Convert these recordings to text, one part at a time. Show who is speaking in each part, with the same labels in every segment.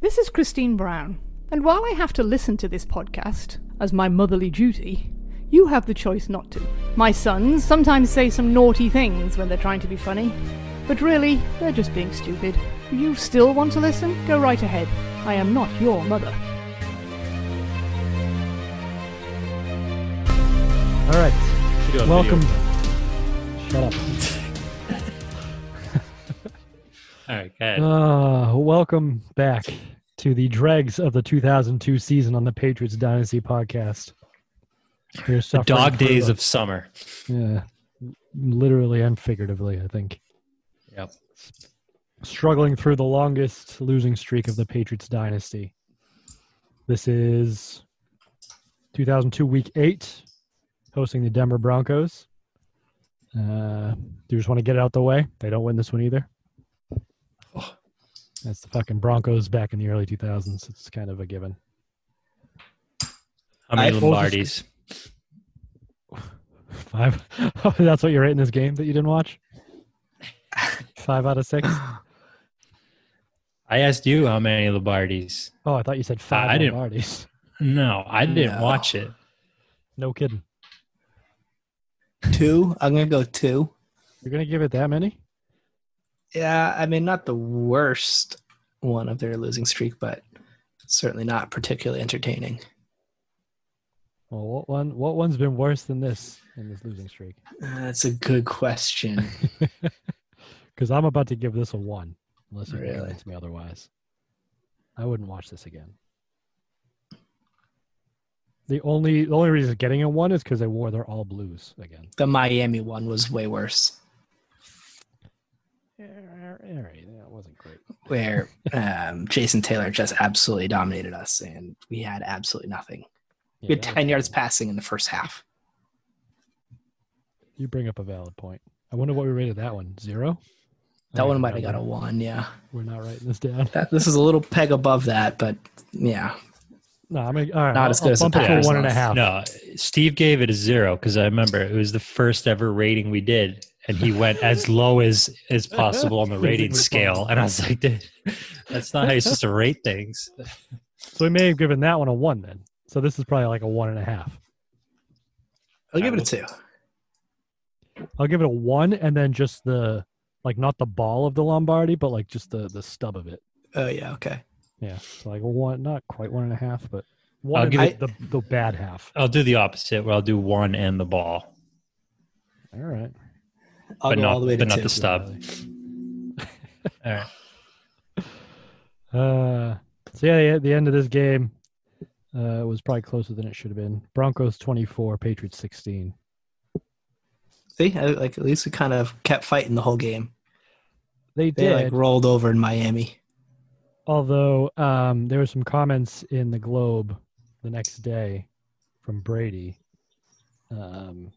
Speaker 1: This is Christine Brown, and while I have to listen to this podcast as my motherly duty, you have the choice not to. My sons sometimes say some naughty things when they're trying to be funny, but really, they're just being stupid. You still want to listen? Go right ahead. I am not your mother.
Speaker 2: All right,
Speaker 3: Should do a
Speaker 2: welcome.
Speaker 3: video.
Speaker 2: Shut up.
Speaker 3: All right, go ahead.
Speaker 2: Uh, welcome back to the dregs of the 2002 season on the Patriots Dynasty podcast. We're
Speaker 3: the
Speaker 2: suffering
Speaker 3: dog
Speaker 2: through
Speaker 3: days
Speaker 2: a-
Speaker 3: of summer.
Speaker 2: yeah, literally and figuratively, I think.
Speaker 3: Yep.
Speaker 2: Struggling through the longest losing streak of the Patriots Dynasty. This is 2002 Week Eight, hosting the Denver Broncos. Uh, do you just want to get it out the way? They don't win this one either. That's the fucking Broncos back in the early 2000s. It's kind of a given.
Speaker 3: How many
Speaker 4: I-
Speaker 3: Lombardis?
Speaker 2: Five. That's what you're rating this game that you didn't watch. Five out of six.
Speaker 3: I asked you how many Lombardis.
Speaker 2: Oh, I thought you said five
Speaker 3: I didn't-
Speaker 2: Lombardis.
Speaker 3: No, I didn't
Speaker 4: No.
Speaker 3: watch it.
Speaker 2: No kidding.
Speaker 4: Two. I'm gonna go two.
Speaker 2: You're gonna give it that many?
Speaker 4: Yeah, I mean, not the worst one of their losing streak, but certainly not particularly entertaining.
Speaker 2: Well, what one? What one's been worse than this in this losing streak?
Speaker 4: Uh, That's a good question.
Speaker 2: Because I'm about to give this a one, unless you can
Speaker 4: Really?
Speaker 2: convince me otherwise. I wouldn't watch this again. The only the only reason it's getting a one is because they wore their all blues again.
Speaker 4: the Miami one was way worse.
Speaker 2: Yeah, all right, Eh, that wasn't great.
Speaker 4: where um, Jason Taylor just absolutely dominated us, and we had absolutely nothing.
Speaker 2: Yeah,
Speaker 4: we had
Speaker 2: that was
Speaker 4: ten yards
Speaker 2: terrible.
Speaker 4: passing in the first half.
Speaker 2: You bring up a valid point. I wonder what we rated that one. Zero.
Speaker 4: That
Speaker 2: I
Speaker 4: one
Speaker 2: don't
Speaker 4: might have got a
Speaker 2: remember.
Speaker 4: one. Yeah,
Speaker 2: We're not writing this down.
Speaker 4: that this is a little peg above that, but yeah,
Speaker 2: No, I'm mean, all right.
Speaker 4: Not
Speaker 2: I'll-
Speaker 4: as good
Speaker 2: I'll
Speaker 4: as the
Speaker 2: bump it to a
Speaker 4: Packers
Speaker 2: one and a
Speaker 4: loss.
Speaker 2: half.
Speaker 3: No, Steve gave it a zero because I remember it was the first ever rating we did, and he went as low as as possible on the rating scale. And I was like, "Dude, that's not how you're supposed to rate things.
Speaker 2: So we may have given that one a one then. So this is probably like a one and a half.
Speaker 4: I'll give it a two.
Speaker 2: I'll give it a one, and then just the like not the ball of the Lombardi, but like just the the stub of it.
Speaker 4: Oh yeah, okay.
Speaker 2: Yeah, so like a one, not quite one and a half, but one.
Speaker 3: I'll
Speaker 2: and
Speaker 3: give
Speaker 2: the, the the bad half.
Speaker 3: I'll do the opposite where I'll do one and the ball,
Speaker 2: All right.
Speaker 4: I'll
Speaker 3: but
Speaker 4: go
Speaker 3: not,
Speaker 4: all the way to
Speaker 3: but
Speaker 4: two.
Speaker 3: not the stub. All right.
Speaker 2: Uh, so yeah, yeah, the end of this game uh, was probably closer than it should have been. Broncos twenty four, Patriots sixteen.
Speaker 4: See, I, like at least we kind of kept fighting the whole game.
Speaker 2: They
Speaker 4: They
Speaker 2: did.
Speaker 4: like rolled over in Miami.
Speaker 2: Although um, there were some comments in the Globe the next day from Brady um,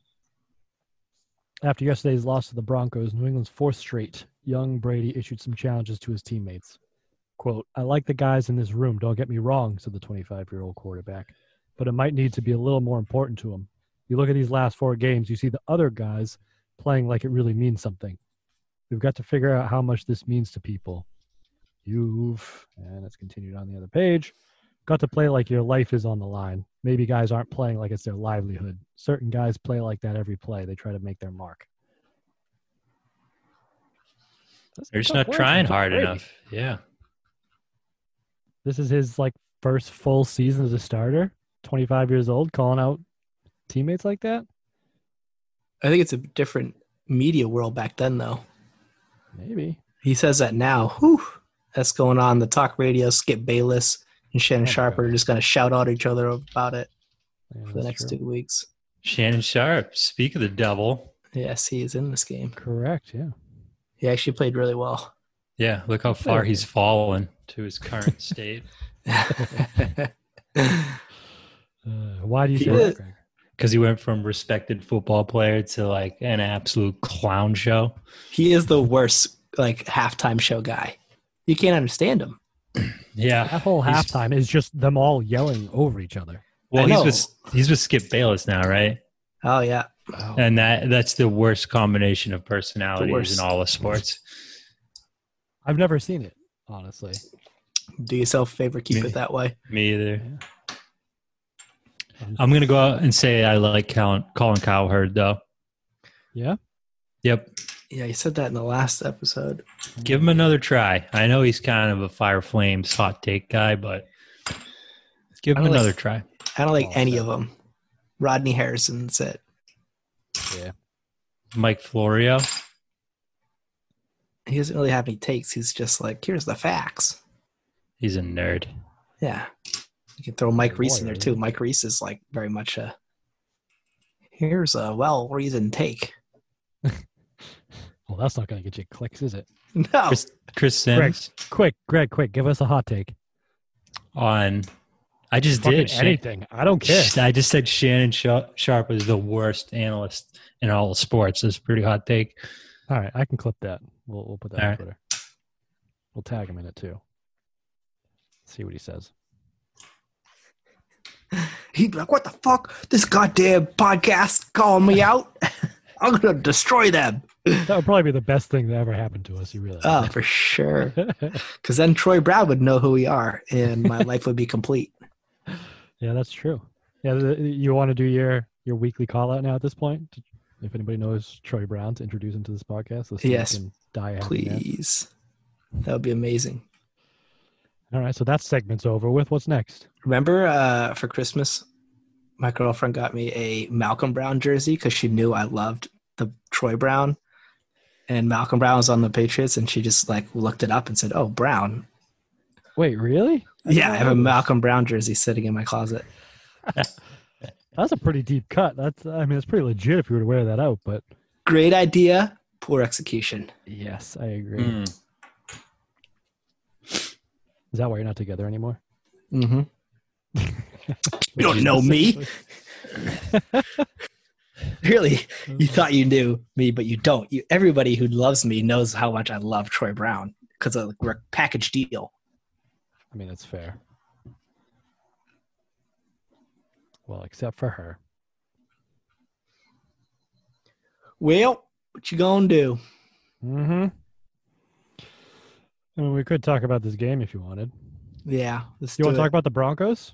Speaker 2: after yesterday's loss to the Broncos, New England's fourth straight. Young Brady issued some challenges to his teammates. "Quote: I like the guys in this room. Don't get me wrong," said the 25-year-old quarterback, "but it might need to be a little more important to them. You look at these last four games, you see the other guys playing like it really means something. We've got to figure out how much this means to people." you've and it's continued on the other page got to play like your life is on the line maybe guys aren't playing like it's their livelihood certain guys play like that every play they try to make their mark That's
Speaker 3: They're just
Speaker 2: tough
Speaker 3: not
Speaker 2: words
Speaker 3: trying
Speaker 2: from Tom
Speaker 3: hard
Speaker 2: Brady.
Speaker 3: enough. Yeah.
Speaker 2: this is his like first full season as a starter 25 years old calling out teammates like that
Speaker 4: I think it's a different media world back then, though.
Speaker 2: maybe
Speaker 4: He says that now. Whew, that's going on. The talk radio, Skip Bayless and Shannon
Speaker 2: Oh,
Speaker 4: Sharp are
Speaker 2: God.
Speaker 4: just going to shout out each other about it
Speaker 2: Yeah,
Speaker 4: for the
Speaker 2: that's
Speaker 4: next
Speaker 2: true.
Speaker 4: two weeks.
Speaker 3: Shannon Sharp, speak of the devil.
Speaker 4: Yes, he is in this game.
Speaker 2: correct yeah
Speaker 4: He actually played really well.
Speaker 3: Yeah, look how far he's fallen to his current state.
Speaker 2: uh, why do you
Speaker 4: He
Speaker 2: say that
Speaker 4: is-
Speaker 2: Greg?
Speaker 3: because he went from respected football player to like an absolute clown show.
Speaker 4: he is the worst like halftime show guy. You can't understand him.
Speaker 3: Yeah,
Speaker 2: that whole
Speaker 3: He's-
Speaker 2: halftime is just them all yelling over each other
Speaker 3: well,
Speaker 4: I
Speaker 3: he's
Speaker 4: know.
Speaker 3: with he's with Skip Bayless now, right?
Speaker 4: Oh yeah,
Speaker 3: And that that's the worst combination of personalities
Speaker 4: worst.
Speaker 3: in all of sports.
Speaker 2: I've never seen it, honestly.
Speaker 4: Do yourself a favor, keep
Speaker 3: Me-
Speaker 4: it that way.
Speaker 3: Me either. I'm gonna go out and say I like Colin, Colin Cowherd though.
Speaker 2: Yeah.
Speaker 3: Yep,
Speaker 4: Yeah, you said that in the last episode.
Speaker 3: give him another try. I know he's kind of a fire flames hot take guy, but give
Speaker 4: I
Speaker 3: him
Speaker 4: don't like-
Speaker 3: another try.
Speaker 4: I don't like
Speaker 2: Oh,
Speaker 4: any
Speaker 2: okay.
Speaker 4: of them. Rodney Harrison, that's it.
Speaker 3: Mike Florio.
Speaker 4: He doesn't really have any takes. He's just like, here's the facts.
Speaker 3: He's a nerd.
Speaker 4: Yeah. You can throw Mike
Speaker 2: He's a
Speaker 4: Reese in there
Speaker 2: lawyer,
Speaker 4: too.
Speaker 2: isn't he?
Speaker 4: Mike Reese is like very much a here's a well reasoned take.
Speaker 2: Well, that's not going to get you clicks, is it?
Speaker 4: No.
Speaker 3: Chris, Chris
Speaker 2: Greg.
Speaker 3: Sims
Speaker 2: Quick, Greg, quick, give us a hot take.
Speaker 3: on. I just
Speaker 2: Fucking
Speaker 3: did. Shan-
Speaker 2: anything. I don't care.
Speaker 3: I just said Shannon Sha- Sharp is the worst analyst in all of sports. That's a pretty hot take.
Speaker 2: All right, I can clip that. We'll, we'll put that
Speaker 3: All
Speaker 2: on
Speaker 3: right.
Speaker 2: Twitter. We'll tag him in it too. See what he says.
Speaker 4: He'd be like, What the fuck? This goddamn podcast calling me out? I'm gonna destroy them.
Speaker 2: That would probably be the best thing that ever happened to us. You realize?
Speaker 4: Oh, for sure.
Speaker 2: yeah,
Speaker 4: Because then Troy Brown would know who we are and my life would be complete.
Speaker 2: that's true. Yeah, the, you want to do your your weekly call out now at this point? If anybody knows Troy Brown, to introduce him to this podcast. so Steve
Speaker 4: Yes,
Speaker 2: can die a happy man.
Speaker 4: Please. That would be amazing.
Speaker 2: All right, so that segment's over with. What's next?
Speaker 4: Remember uh, for Christmas, my girlfriend got me a Malcolm Brown jersey because she knew I loved the Troy Brown. And Malcolm Brown was on the Patriots, and she just like looked it up and said, "Oh, Brown."
Speaker 2: Wait, really?
Speaker 4: yeah, I have a
Speaker 2: know.
Speaker 4: Malcolm Brown jersey sitting in my closet.
Speaker 2: That's a pretty deep cut. That's I mean, it's pretty legit if you were to wear that out. But
Speaker 4: Great idea, poor execution.
Speaker 2: yes, I agree. Is that why you're not together anymore?
Speaker 4: Mm-hmm. You
Speaker 2: Which
Speaker 4: don't
Speaker 2: is
Speaker 4: know me.
Speaker 2: specifically-
Speaker 4: Really, you thought you knew me, but you don't. You, everybody who loves me knows how much I love Troy Brown because we're a package deal.
Speaker 2: I mean, that's fair. Well, except for her.
Speaker 4: Well, what you gonna do?
Speaker 2: Mm-hmm. I mean, we could talk about this game if you wanted.
Speaker 4: Yeah, let's
Speaker 2: You
Speaker 4: do
Speaker 2: want
Speaker 4: it.
Speaker 2: to talk about the Broncos?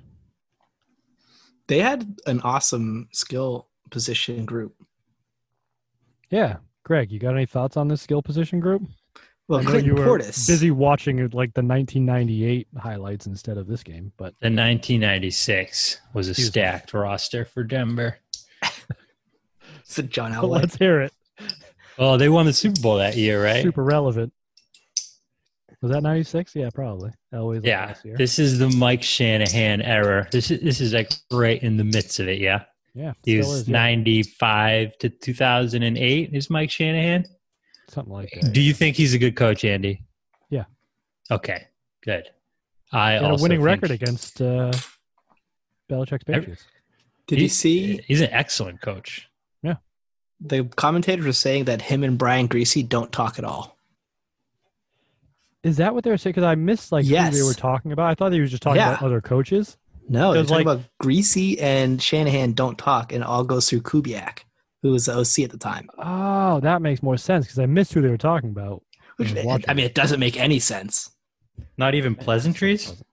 Speaker 4: they had an awesome skill position group.
Speaker 2: Yeah, Greg, you got any thoughts on this skill position group?
Speaker 4: Well,
Speaker 2: I know
Speaker 4: Clinton
Speaker 2: you were
Speaker 4: Portis.
Speaker 2: busy watching uh, like the 1998 highlights instead of this game, but
Speaker 3: The 1996 was a
Speaker 2: Excuse me.
Speaker 3: stacked roster for Denver.
Speaker 4: Said John
Speaker 2: but
Speaker 4: Elway.
Speaker 2: let's hear it.
Speaker 3: Well, they won the Super Bowl that year, right?
Speaker 2: Super relevant. Was that 96? Yeah, probably. Always.
Speaker 3: yeah.
Speaker 2: Last year.
Speaker 3: This is the Mike Shanahan era. This is this is like right in the midst of it. Yeah.
Speaker 2: yeah.
Speaker 3: He
Speaker 2: still
Speaker 3: was
Speaker 2: is, yeah.
Speaker 3: 95 to 2008 is Mike Shanahan.
Speaker 2: Something like that.
Speaker 3: Do you think he's a good coach, Andy?
Speaker 2: Yeah.
Speaker 3: Okay. Good. I
Speaker 2: He had a
Speaker 3: also
Speaker 2: winning
Speaker 3: think-
Speaker 2: record against uh, Belichick's
Speaker 3: Every-
Speaker 2: Patriots.
Speaker 4: Did you
Speaker 3: He-
Speaker 4: see
Speaker 3: He's an excellent coach.
Speaker 4: the commentators were saying that him and Brian Greasy don't talk at all?
Speaker 2: Is that what they were saying? Because I missed like who
Speaker 4: Yes.
Speaker 2: they were talking about. I thought they were just talking
Speaker 4: Yeah.
Speaker 2: about other coaches.
Speaker 4: No, they're
Speaker 2: Because,
Speaker 4: talking
Speaker 2: like-
Speaker 4: about Greasy and Shanahan don't talk, and it all goes through Kubiak, who was the OC at the time.
Speaker 2: Oh, that makes more sense because I missed who they were talking about.
Speaker 4: Which
Speaker 2: Yeah, watch
Speaker 4: I mean, it doesn't make any sense.
Speaker 3: Not even pleasantries.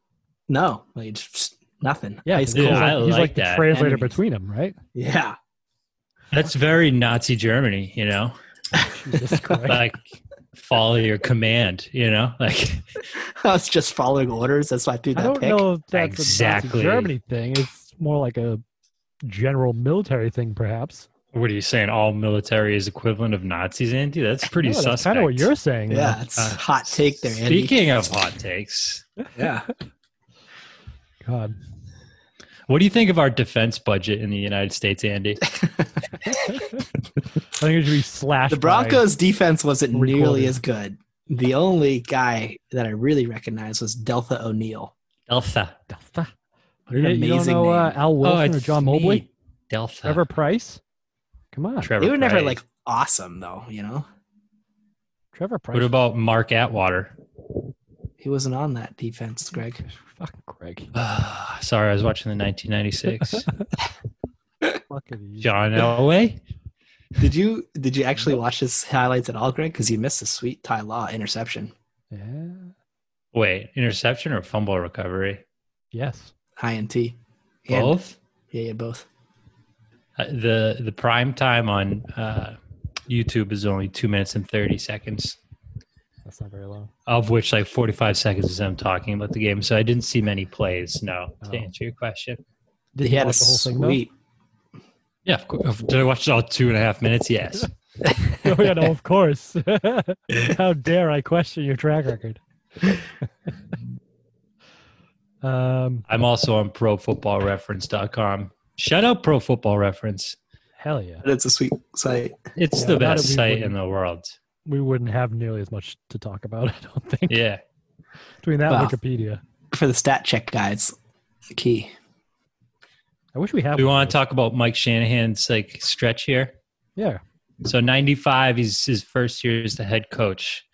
Speaker 4: No, like, it's just nothing.
Speaker 2: Yeah, 'cause
Speaker 4: Ice
Speaker 2: he's
Speaker 3: cool.
Speaker 2: like,
Speaker 4: cold.
Speaker 3: I
Speaker 2: he's
Speaker 3: like
Speaker 2: like the
Speaker 3: that.
Speaker 2: translator
Speaker 4: Enemies.
Speaker 2: between them, right?
Speaker 4: yeah.
Speaker 3: That's very Nazi Germany, you know?
Speaker 2: Jesus Christ.
Speaker 3: Like follow your command, you know? Like
Speaker 4: I was just following orders. That's why I threw
Speaker 2: I
Speaker 4: that
Speaker 2: don't
Speaker 4: pick.
Speaker 2: know if that's a
Speaker 3: Exactly.
Speaker 2: Nazi Germany thing. It's more like a general military thing, perhaps.
Speaker 3: what are you saying? All military is equivalent of Nazis, Andy? That's pretty
Speaker 2: no,
Speaker 3: suspect.
Speaker 2: that's kind of what you're saying. though.
Speaker 4: Yeah, it's a
Speaker 3: Uh,
Speaker 4: hot take there, Andy.
Speaker 3: Speaking of hot takes,
Speaker 4: yeah.
Speaker 2: God.
Speaker 3: what do you think of our defense budget in the United States, Andy?
Speaker 2: I think it should be slashed.
Speaker 4: The Broncos defense wasn't
Speaker 2: three
Speaker 4: nearly
Speaker 2: quarters.
Speaker 4: as good. The only guy that I really recognized was Delta O'Neal.
Speaker 3: Delta.
Speaker 2: By... Delta. You-
Speaker 4: What an
Speaker 2: you don't
Speaker 4: amazing
Speaker 2: know uh,
Speaker 4: name.
Speaker 3: Oh,
Speaker 2: Al Wilson or John Mobley?
Speaker 3: me, Delta.
Speaker 2: Trevor Price? Come on.
Speaker 3: Trevor
Speaker 4: They were uh, never
Speaker 3: Price.
Speaker 4: like awesome though, you know.
Speaker 2: Trevor Price.
Speaker 3: What about Mark Atwater?
Speaker 4: He wasn't on that defense, Greg.
Speaker 2: Fucking Greg.
Speaker 3: Sorry, I was watching the 1996.
Speaker 2: Fucking you.
Speaker 3: John Elway.
Speaker 4: Did you did you actually watch his highlights at all, Greg? Because you missed the sweet Ty Law interception.
Speaker 2: Yeah.
Speaker 3: Wait, interception or fumble recovery?
Speaker 2: Yes.
Speaker 4: High and T. And-
Speaker 3: Both.
Speaker 4: Yeah, yeah, both.
Speaker 3: Uh, the the prime time on uh, YouTube is only two minutes and thirty seconds,
Speaker 2: That's not very long.
Speaker 3: of which like forty five seconds is them talking about the game. So I didn't see many plays. No,
Speaker 2: Oh.
Speaker 3: to answer your question.
Speaker 2: Did
Speaker 4: he
Speaker 2: you
Speaker 4: had a
Speaker 2: watch the whole thing, though?
Speaker 4: sweet.
Speaker 3: Yeah, of course. Did I watch it all two and a half minutes? Yes.
Speaker 2: oh, yeah, no, of course. How dare I question your track record? um,
Speaker 3: I'm also on ProFootballReference.com. Shout out Pro Football Reference.
Speaker 2: hell yeah.
Speaker 4: That's a sweet site.
Speaker 3: It's
Speaker 2: Yeah,
Speaker 3: the
Speaker 2: I thought
Speaker 3: best
Speaker 2: we
Speaker 3: site
Speaker 2: wouldn't-
Speaker 3: in the world.
Speaker 2: We wouldn't have nearly as much to talk about, I don't think.
Speaker 3: Yeah.
Speaker 2: Between that
Speaker 4: Wow.
Speaker 2: and Wikipedia.
Speaker 4: For the stat check guy, it's the key.
Speaker 2: I wish we had
Speaker 3: We
Speaker 2: one of
Speaker 3: want to
Speaker 2: those.
Speaker 3: talk about Mike Shanahan's like stretch here.
Speaker 2: Yeah.
Speaker 3: So 95 is his first year as the head coach.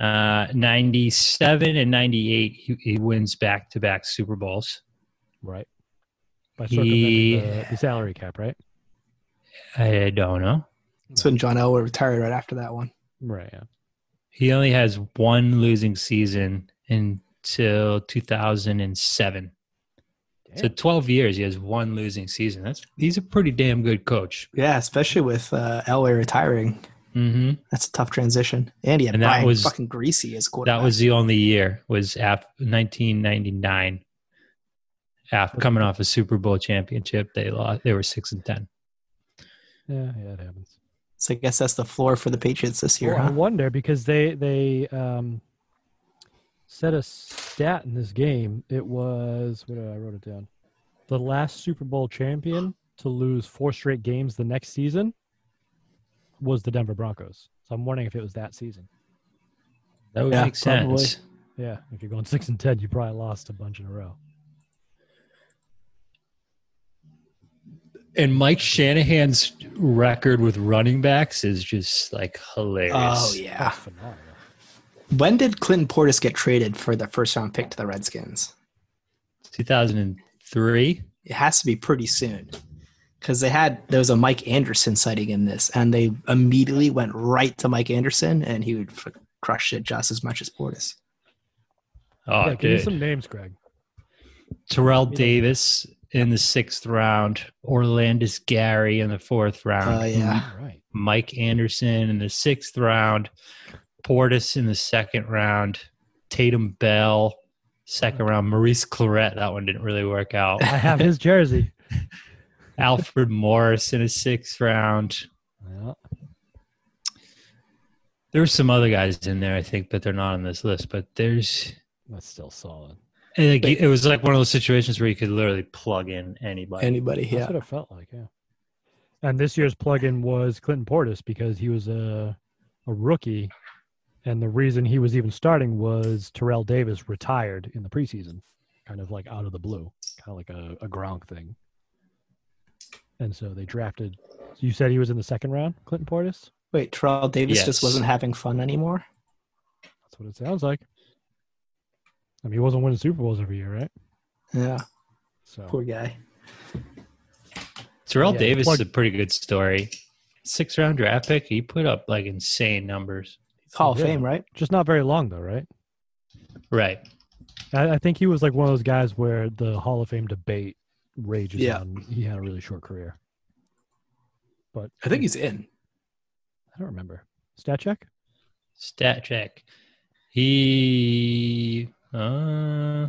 Speaker 3: Uh, 97 and 98, he, he wins back to back Super Bowls.
Speaker 2: Right. By
Speaker 3: He-
Speaker 2: circumventing the, the salary cap, right?
Speaker 3: I don't know.
Speaker 4: That's when John Elway retired right after that one.
Speaker 2: Right. Yeah.
Speaker 3: He only has one losing season until 2007. So 12 years, he has one losing season. That's he's a pretty damn good coach.
Speaker 4: Yeah, especially with uh, Elway retiring.
Speaker 3: hmm
Speaker 4: That's a tough transition. And he had
Speaker 3: And that
Speaker 4: Brian
Speaker 3: was-
Speaker 4: fucking Greasy as quarterback.
Speaker 3: That was the only year was after 1999. After coming off a Super Bowl championship, they lost. They were six and ten.
Speaker 2: Yeah, yeah, it happens.
Speaker 4: So I guess that's the floor for the Patriots this year,
Speaker 2: Well, I
Speaker 4: huh?
Speaker 2: wonder because they they um, set a stat in this game. It was what did I I wrote it down. The last Super Bowl champion to lose four straight games the next season was the Denver Broncos. So I'm wondering if it was that season.
Speaker 3: That would
Speaker 4: Yeah,
Speaker 3: make sense.
Speaker 2: probably. Yeah, if you're going six and ten, you probably lost a bunch in a row.
Speaker 3: And Mike Shanahan's record with running backs is just like hilarious.
Speaker 4: Oh, yeah.
Speaker 2: That's phenomenal.
Speaker 4: When did Clinton Portis get traded for the first round pick to the Redskins?
Speaker 3: 2003.
Speaker 4: It has to be pretty soon. Because they had, there was a Mike Anderson sighting in this, and they immediately went right to Mike Anderson, and he would f- crush it just as much as Portis.
Speaker 3: Oh,
Speaker 2: yeah, give me
Speaker 3: dude.
Speaker 2: some names, Greg.
Speaker 3: Terrell Davis in the sixth round, Orlandis Gary in the fourth
Speaker 4: Oh,
Speaker 3: round,
Speaker 4: yeah.
Speaker 2: All right.
Speaker 3: Mike Anderson in the sixth round, Portis in the second round, Tatum Bell, second round, Maurice Claret. That one didn't really work out.
Speaker 2: I have his jersey.
Speaker 3: Alfred Morris in the sixth round.
Speaker 2: Yeah.
Speaker 3: There were some other guys in there, I think, but they're not on this list. But there's
Speaker 2: That's still solid.
Speaker 3: And like, it was like one of those situations where you could literally plug in anybody.
Speaker 4: Anybody,
Speaker 2: That's
Speaker 4: yeah.
Speaker 2: what it felt like, yeah. And this year's plug-in was Clinton Portis because he was a a rookie, and the reason he was even starting was Terrell Davis retired in the preseason, kind of like out of the blue, kind of like a, a Gronk thing. And so they drafted. You said he was in the second round, Clinton Portis.
Speaker 4: Wait, Terrell Davis
Speaker 3: Yes.
Speaker 4: just wasn't having fun anymore?
Speaker 2: That's what it sounds like. I mean, he wasn't winning Super Bowls every year, right?
Speaker 4: Yeah,
Speaker 2: So
Speaker 4: poor guy.
Speaker 3: Terrell
Speaker 2: Yeah,
Speaker 3: Davis
Speaker 2: plug-
Speaker 3: is a pretty good story. Six round draft pick. He put up like insane numbers.
Speaker 4: Hall of
Speaker 2: Yeah.
Speaker 4: Fame, right?
Speaker 2: just not very long, though, right?
Speaker 3: Right.
Speaker 2: I, I think he was like one of those guys where the Hall of Fame debate rages
Speaker 4: Yeah.
Speaker 2: on. He had a really short career. But
Speaker 4: I think he's in.
Speaker 2: I don't remember. Stat check?
Speaker 3: Stat check. He. Uh,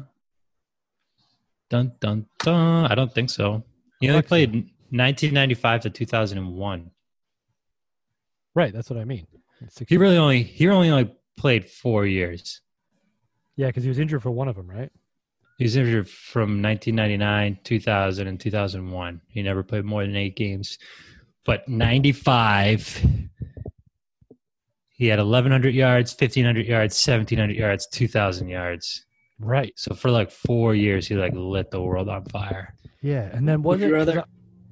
Speaker 3: dun dun dun. I don't think so. He only
Speaker 2: Alexa.
Speaker 3: played 1995 to 2001.
Speaker 2: Right, that's what I mean. It's six
Speaker 3: He
Speaker 2: years.
Speaker 3: really only he only only played four years.
Speaker 2: yeah, because he was injured for one of them, right?
Speaker 3: He was injured from 1999, 2000, and 2001. He never played more than eight games. But 95, he had 1,100 yards, 1,500 yards, 1,700 yards, 2,000 yards.
Speaker 2: Right.
Speaker 3: So for like four years, he like lit the world on fire.
Speaker 2: Yeah, and then
Speaker 4: Would
Speaker 2: was
Speaker 4: you
Speaker 2: it? 'cause
Speaker 4: rather-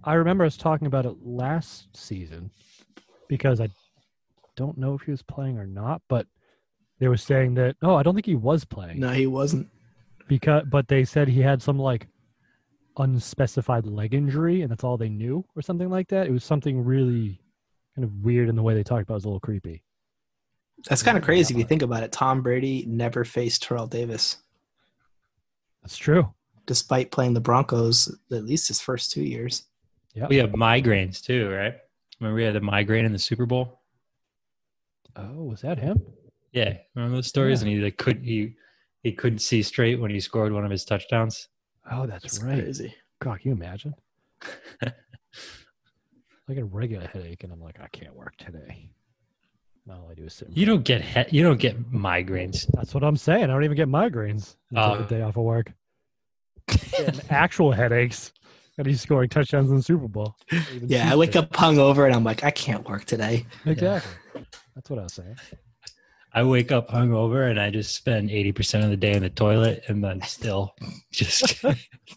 Speaker 2: I, I remember us talking about it last season because I don't know if he was playing or not, but they were saying that. Oh, I don't think he was playing.
Speaker 4: No, he wasn't.
Speaker 2: because but they said he had some like unspecified leg injury and that's all they knew or something like that it was something really kind of weird in the way they talked about it. it was a little creepy
Speaker 4: That's kind of crazy if you think about it. Tom Brady never faced Terrell Davis,
Speaker 2: That's true.
Speaker 4: despite playing the Broncos at least his first two years.
Speaker 3: We have migraines too, right? Remember we had a migraine in the Super Bowl?
Speaker 2: Oh, was that him?
Speaker 3: Yeah, remember those stories?
Speaker 2: Yeah.
Speaker 3: And he like could he he couldn't see straight when he scored one of his touchdowns.
Speaker 2: Oh, that's, right.
Speaker 4: crazy.
Speaker 2: God, can you imagine? I get a regular headache, and I'm like, I can't work today. And All I do is sit. in
Speaker 3: You
Speaker 2: front
Speaker 3: don't get he- you don't get migraines.
Speaker 2: of- That's what I'm saying. I don't even get migraines. I
Speaker 3: Uh.
Speaker 2: take a day off of work. And actual headaches, and he's scoring touchdowns in the Super Bowl. even
Speaker 4: Yeah,
Speaker 2: see
Speaker 4: I wake
Speaker 2: straight.
Speaker 4: up hungover and I'm like, I can't work today.
Speaker 2: Exactly. That's what I was saying.
Speaker 3: I wake up hungover and I just spend eighty percent of the day in the toilet, and then still just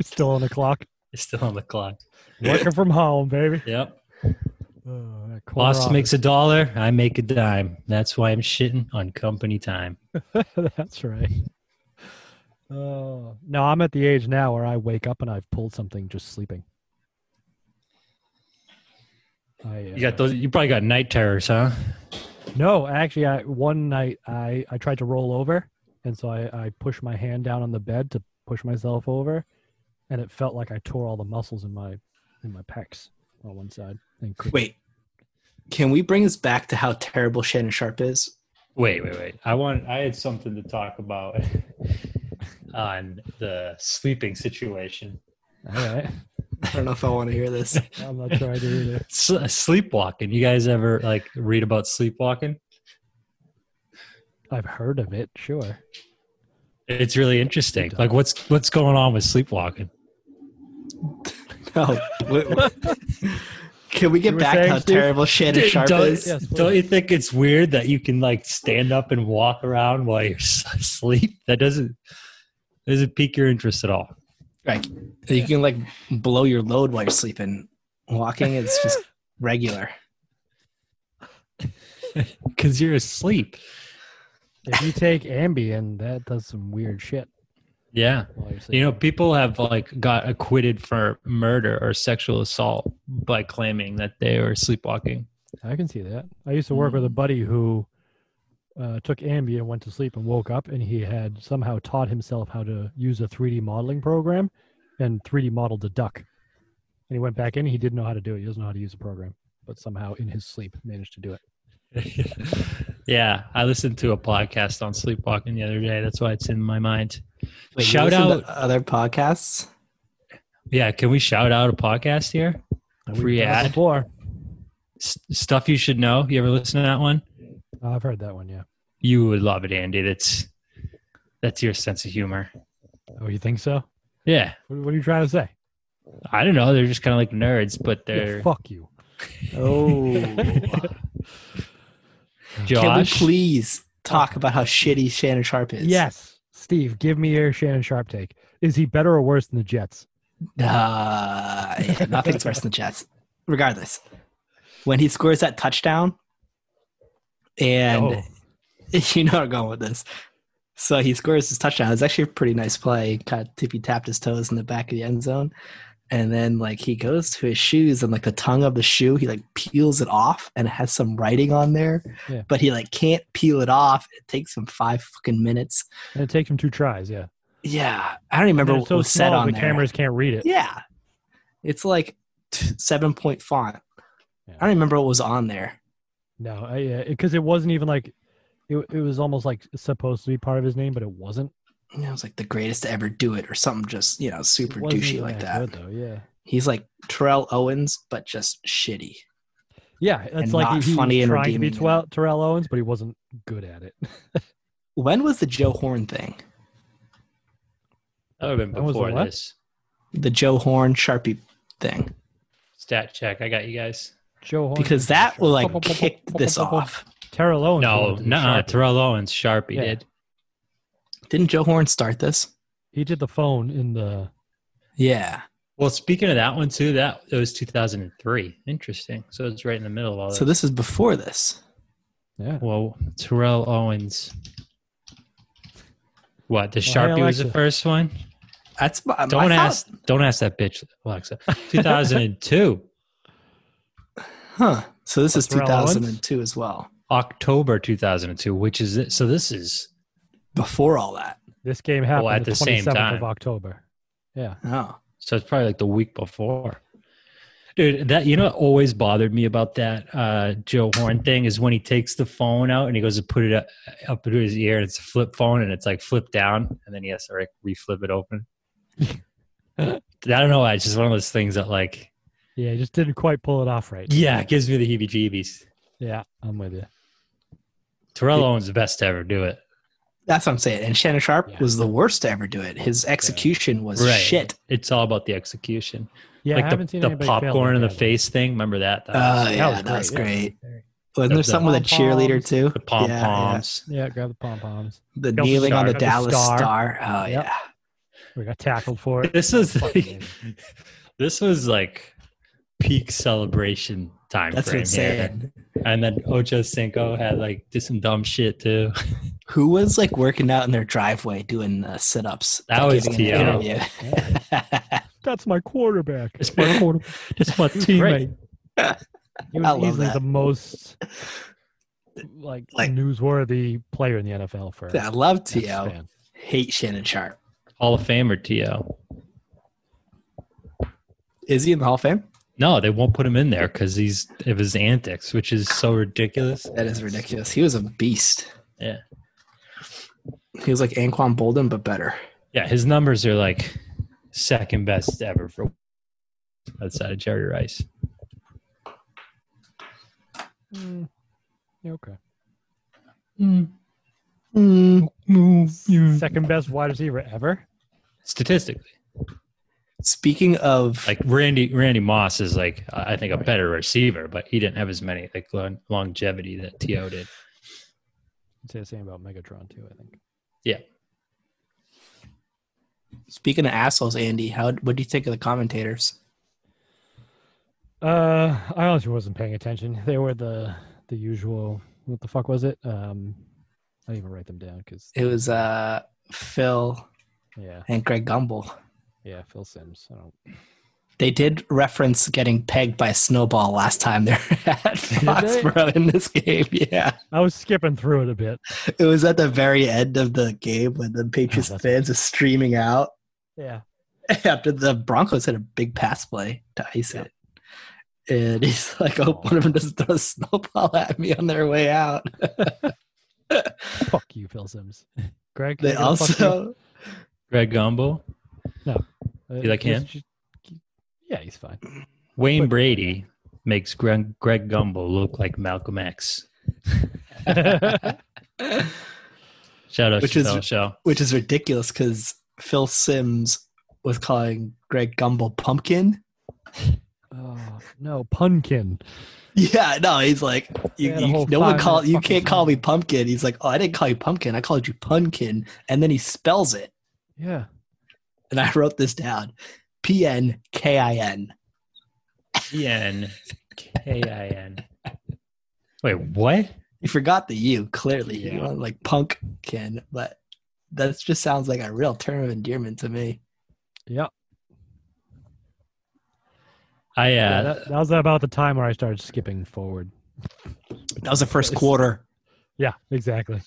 Speaker 2: Still on the clock,
Speaker 3: still on the clock.
Speaker 2: working from home, baby.
Speaker 3: Yep.
Speaker 2: Oh, that corner
Speaker 3: Boss makes
Speaker 2: office.
Speaker 3: a dollar, I make a dime. That's why I'm shitting on company time.
Speaker 2: That's right. Oh no, I'm at the age now where I wake up and I've pulled something just sleeping. I, uh,
Speaker 3: You got those. You probably got night terrors, huh?
Speaker 2: No, actually, I one night I I tried to roll over, and so I I pushed my hand down on the bed to push myself over, and it felt like I tore all the muscles in my in my pecs on one side. And couldn't-
Speaker 4: Wait, can we bring this back to how terrible Shannon Sharp is?
Speaker 3: Wait, wait, wait. I want. I had something to talk about on the sleeping situation.
Speaker 2: all right,
Speaker 4: I don't know if I want to hear this.
Speaker 2: I'm not sure I do either.
Speaker 3: S- uh, sleepwalking. You guys ever like read about sleepwalking?
Speaker 2: I've heard of it, sure.
Speaker 3: It's really interesting. Like, what's what's going on with sleepwalking?
Speaker 4: No. Wait, wait. can we get
Speaker 2: were
Speaker 4: back to
Speaker 2: saying,
Speaker 4: how
Speaker 2: Steve?
Speaker 4: terrible Shannon
Speaker 3: Dude,
Speaker 4: Sharp
Speaker 3: don't,
Speaker 4: is?
Speaker 2: yeah. Yes,
Speaker 3: don't
Speaker 2: please.
Speaker 3: you think it's weird that you can like stand up and walk around while you're s- asleep? That doesn't doesn't pique your interest at all.
Speaker 4: Like you can like blow your load while you're sleeping. Walking is just regular.
Speaker 3: Because you're asleep.
Speaker 2: If you take Ambien, that does some weird shit.
Speaker 3: Yeah.
Speaker 2: while you're
Speaker 3: You know,
Speaker 2: sleeping.
Speaker 3: people have like got acquitted for murder or sexual assault by claiming that they were sleepwalking.
Speaker 2: I can see that. I used to work with a
Speaker 3: Mm.
Speaker 2: buddy who uh, took Ambien, went to sleep, and woke up, and he had somehow taught himself how to use a 3D modeling program and 3D modeled a duck. And he went back in. He didn't know how to do it. He doesn't know how to use the program, but somehow in his sleep managed to do it.
Speaker 3: yeah. I listened to a podcast on sleepwalking the other day. That's why it's in my mind.
Speaker 4: Wait, you
Speaker 3: Shout
Speaker 4: listen to
Speaker 3: out-
Speaker 4: other podcasts.
Speaker 3: Yeah. Can we shout out a podcast here?
Speaker 2: And we've
Speaker 3: Free
Speaker 2: done it
Speaker 3: ad.
Speaker 2: before.
Speaker 3: S- Stuff you should know. You ever listen to that one?
Speaker 2: Oh, I've heard that one. Yeah.
Speaker 3: You would love it, Andy. That's that's your sense of humor.
Speaker 2: Oh, you think so?
Speaker 3: Yeah.
Speaker 2: What, what are you trying to say?
Speaker 3: I don't know. They're just kind of like nerds, but
Speaker 2: Yeah,
Speaker 3: they're
Speaker 2: fuck you.
Speaker 4: Oh, can we
Speaker 3: Josh.
Speaker 4: please
Speaker 2: Oh.
Speaker 4: talk about how shitty Shannon Sharp is?
Speaker 2: Yes, Steve, give me your Shannon Sharp take. Is he better or worse than the Jets?
Speaker 4: Uh, yeah, nothing's worse than Jets. Regardless, when he scores that touchdown, and
Speaker 2: Oh.
Speaker 4: you know where I'm going with this. So he scores his touchdown. It's actually a pretty nice play. Kind of tippy tapped his toes in the back of the end zone, and then like he goes to his shoes and like the tongue of the shoe, he like peels it off and it has some writing on there,
Speaker 2: Yeah.
Speaker 4: but he like can't peel it off. It takes him five fucking minutes.
Speaker 2: And it takes him two tries. Yeah.
Speaker 4: Yeah, I don't even remember
Speaker 2: And
Speaker 4: what
Speaker 2: it's so
Speaker 4: was said
Speaker 2: small,
Speaker 4: on
Speaker 2: the
Speaker 4: there.
Speaker 2: cameras can't read it.
Speaker 4: Yeah. It's like t- seven point font.
Speaker 2: Yeah.
Speaker 4: I don't remember what was on there.
Speaker 2: No, I- yeah, because it wasn't even like it. It was almost like supposed to be part of his name, but it wasn't.
Speaker 4: You know, It was like the greatest to ever do it or something just, you know,
Speaker 2: It
Speaker 4: super
Speaker 2: wasn't
Speaker 4: douchey
Speaker 2: even
Speaker 4: like that.
Speaker 2: good, though. Yeah,
Speaker 4: He's like Terrell Owens, but just shitty.
Speaker 2: yeah. It's
Speaker 4: And
Speaker 2: like
Speaker 4: not
Speaker 2: he, he
Speaker 4: funny
Speaker 2: was
Speaker 4: and
Speaker 2: trying to be
Speaker 4: redeeming.
Speaker 2: Terrell, Terrell Owens, but he wasn't good at it.
Speaker 4: When was the Joe Horn thing?
Speaker 3: That would have
Speaker 2: That
Speaker 3: been
Speaker 2: was the
Speaker 3: before
Speaker 2: what?
Speaker 3: this
Speaker 4: The Joe Horn Sharpie thing.
Speaker 3: stat check. I got you guys.
Speaker 2: Joe Horn
Speaker 4: Because
Speaker 2: did
Speaker 4: that
Speaker 2: the
Speaker 4: will
Speaker 2: Sharpie.
Speaker 4: like kick this off.
Speaker 2: Oh, Terrell Owens.
Speaker 3: No,
Speaker 2: wanted to do
Speaker 3: no,
Speaker 2: Sharpie.
Speaker 3: Terrell Owens, Sharpie
Speaker 2: Yeah.
Speaker 3: did.
Speaker 4: Didn't Joe Horn start this?
Speaker 2: He did the phone in the.
Speaker 4: Yeah.
Speaker 3: Well, speaking of that one too, that it was 2003. Interesting. So it's right in the middle of all that.
Speaker 4: So this is before this.
Speaker 2: Yeah.
Speaker 3: well, Terrell Owens. What the
Speaker 2: Well, hey,
Speaker 3: Sharpie was
Speaker 2: Alexa.
Speaker 3: the
Speaker 2: Um,
Speaker 3: first one?
Speaker 4: That's my, I
Speaker 3: Don't
Speaker 4: thought-
Speaker 3: ask. Don't ask that bitch, Alexa. 2002.
Speaker 4: Huh. So this
Speaker 2: What,
Speaker 4: is
Speaker 2: Terrell Owens?
Speaker 4: 2002 as well.
Speaker 3: October 2002, which is it. So this is
Speaker 4: Before all that.
Speaker 2: This game happened
Speaker 3: at
Speaker 2: the,
Speaker 3: the same
Speaker 2: 27th
Speaker 3: time.
Speaker 2: of October. Yeah.
Speaker 4: Oh.
Speaker 3: So it's probably like the week before. Dude, that you know what always bothered me about that uh, Joe Horn thing is when he takes the phone out and he goes to put it up, up to his ear and it's a flip phone and it's like flipped down and then he has to like reflip it open. I don't know why it's just one of those things that like
Speaker 2: Yeah, you just didn't quite pull it off right.
Speaker 3: yeah, it gives me the heebie jeebies.
Speaker 2: Yeah, I'm with you.
Speaker 3: Terrell Owens is the best to ever do it.
Speaker 4: That's what I'm saying. And Shannon Sharp
Speaker 2: Yeah.
Speaker 4: was the worst to ever do it. His execution was
Speaker 3: Right.
Speaker 4: shit.
Speaker 3: It's all about the execution.
Speaker 2: Yeah, I
Speaker 3: like
Speaker 2: haven't
Speaker 3: the,
Speaker 2: seen
Speaker 3: the
Speaker 2: anybody fail
Speaker 3: popcorn in the
Speaker 2: like that. Uh,
Speaker 3: face thing. Remember that? That
Speaker 4: Oh,
Speaker 3: was-
Speaker 4: yeah,
Speaker 2: was
Speaker 4: that was
Speaker 2: great,
Speaker 4: great.
Speaker 2: yeah.
Speaker 4: Wasn't
Speaker 3: The-
Speaker 4: there
Speaker 3: the
Speaker 4: something with a cheerleader
Speaker 2: pom-poms.
Speaker 4: too?
Speaker 3: the pom poms.
Speaker 2: Yeah, grab the pom poms.
Speaker 4: The
Speaker 2: Got the
Speaker 4: kneeling on
Speaker 2: star. Got
Speaker 4: the
Speaker 2: the
Speaker 4: Dallas
Speaker 2: star.
Speaker 4: star. Oh
Speaker 2: Yep.
Speaker 4: yeah.
Speaker 2: We got tackled for it.
Speaker 3: This was
Speaker 2: Fucking
Speaker 3: like,
Speaker 2: amazing.
Speaker 3: this was like peak celebration time
Speaker 4: That's what
Speaker 3: frame
Speaker 4: I'm saying.
Speaker 3: here. And then Ocho Cinco had like did some dumb shit too.
Speaker 4: Who was like working out in their driveway doing uh, sit ups?
Speaker 3: That was T.O..
Speaker 2: That's my quarterback.
Speaker 3: It's my quarter. It's my teammate.
Speaker 2: He
Speaker 4: I
Speaker 2: was
Speaker 4: love
Speaker 2: easily
Speaker 4: that.
Speaker 2: the most like,
Speaker 4: Like-
Speaker 2: newsworthy player in the NFL for
Speaker 4: I love
Speaker 2: Jets
Speaker 4: T.O.
Speaker 2: fan.
Speaker 4: Hate Shannon Sharp.
Speaker 3: Hall of Famer T.O.
Speaker 4: Is he in the Hall of Fame?
Speaker 3: No, they won't put him in there because he's of his antics, which is so ridiculous.
Speaker 4: That is ridiculous. He was a beast.
Speaker 3: Yeah.
Speaker 4: He was like Anquan Bolden, but better.
Speaker 3: Yeah, his numbers are like second best ever for outside of Jerry Rice.
Speaker 2: Mm. Yeah, Okay.
Speaker 4: Mm,
Speaker 2: Second best wide receiver ever.
Speaker 3: Statistically,
Speaker 4: Speaking of,
Speaker 3: like Randy Randy Moss is like I think a better receiver, but he didn't have as many like lon- longevity that To did.
Speaker 2: I'd say the same about Megatron too. I think.
Speaker 4: speaking of assholes, Andy, how what do you think of the commentators?
Speaker 2: Uh, I honestly wasn't paying attention. They were the the usual. What the fuck was it? Um, I didn't even write them down because
Speaker 4: It was uh Phil
Speaker 2: yeah,
Speaker 4: and Greg Gumbel.
Speaker 2: yeah, Phil Sims. I don't.
Speaker 4: They did reference getting pegged by Snowball last time they're at Foxborough in this game. Yeah.
Speaker 2: I was skipping through it a bit.
Speaker 4: It was at the very end of the game when the Patriots
Speaker 2: that's-
Speaker 4: fans are streaming out
Speaker 2: Yeah.
Speaker 4: after the Broncos had a big pass play to ice
Speaker 2: Yeah.
Speaker 4: it. And he's like, oh, one of them doesn't throw a snowball at me on their way out.
Speaker 2: Fuck you, Phil Sims. Greg.
Speaker 4: They
Speaker 2: you're gonna fuck you?
Speaker 4: also,
Speaker 3: Greg Gumbo,
Speaker 2: Uh,
Speaker 3: you like
Speaker 2: he's
Speaker 3: him?
Speaker 2: just- yeah, he's fine.
Speaker 3: Wayne
Speaker 2: But-
Speaker 3: Brady makes Greg, Greg Gumbo look like Malcolm X. Shout out
Speaker 4: Which
Speaker 3: to
Speaker 4: is-
Speaker 3: the show.
Speaker 4: which is ridiculous because Phil Sims was calling Greg Gumbel pumpkin.
Speaker 2: oh, no, Punkin.
Speaker 4: Yeah, no, he's like,
Speaker 2: They
Speaker 4: you,
Speaker 2: had a
Speaker 4: you,
Speaker 2: whole
Speaker 4: no one
Speaker 2: five-minute
Speaker 4: call you
Speaker 2: fucking
Speaker 4: can't call me
Speaker 2: song.
Speaker 4: pumpkin. He's like, oh, I didn't call you pumpkin. I called you punkin, and then he spells it.
Speaker 2: Yeah.
Speaker 4: And I wrote this down: P N K I N.
Speaker 3: E N K I N. Wait, what?
Speaker 4: You forgot the U, clearly. You
Speaker 3: Yeah.
Speaker 4: want like pumpkin, but that just sounds like a real term of endearment to me.
Speaker 2: Yeah.
Speaker 3: I
Speaker 2: yeah
Speaker 3: uh,
Speaker 2: that, that was about the time where I started skipping forward.
Speaker 4: That was the first
Speaker 2: It's-
Speaker 4: quarter.
Speaker 2: Yeah, exactly.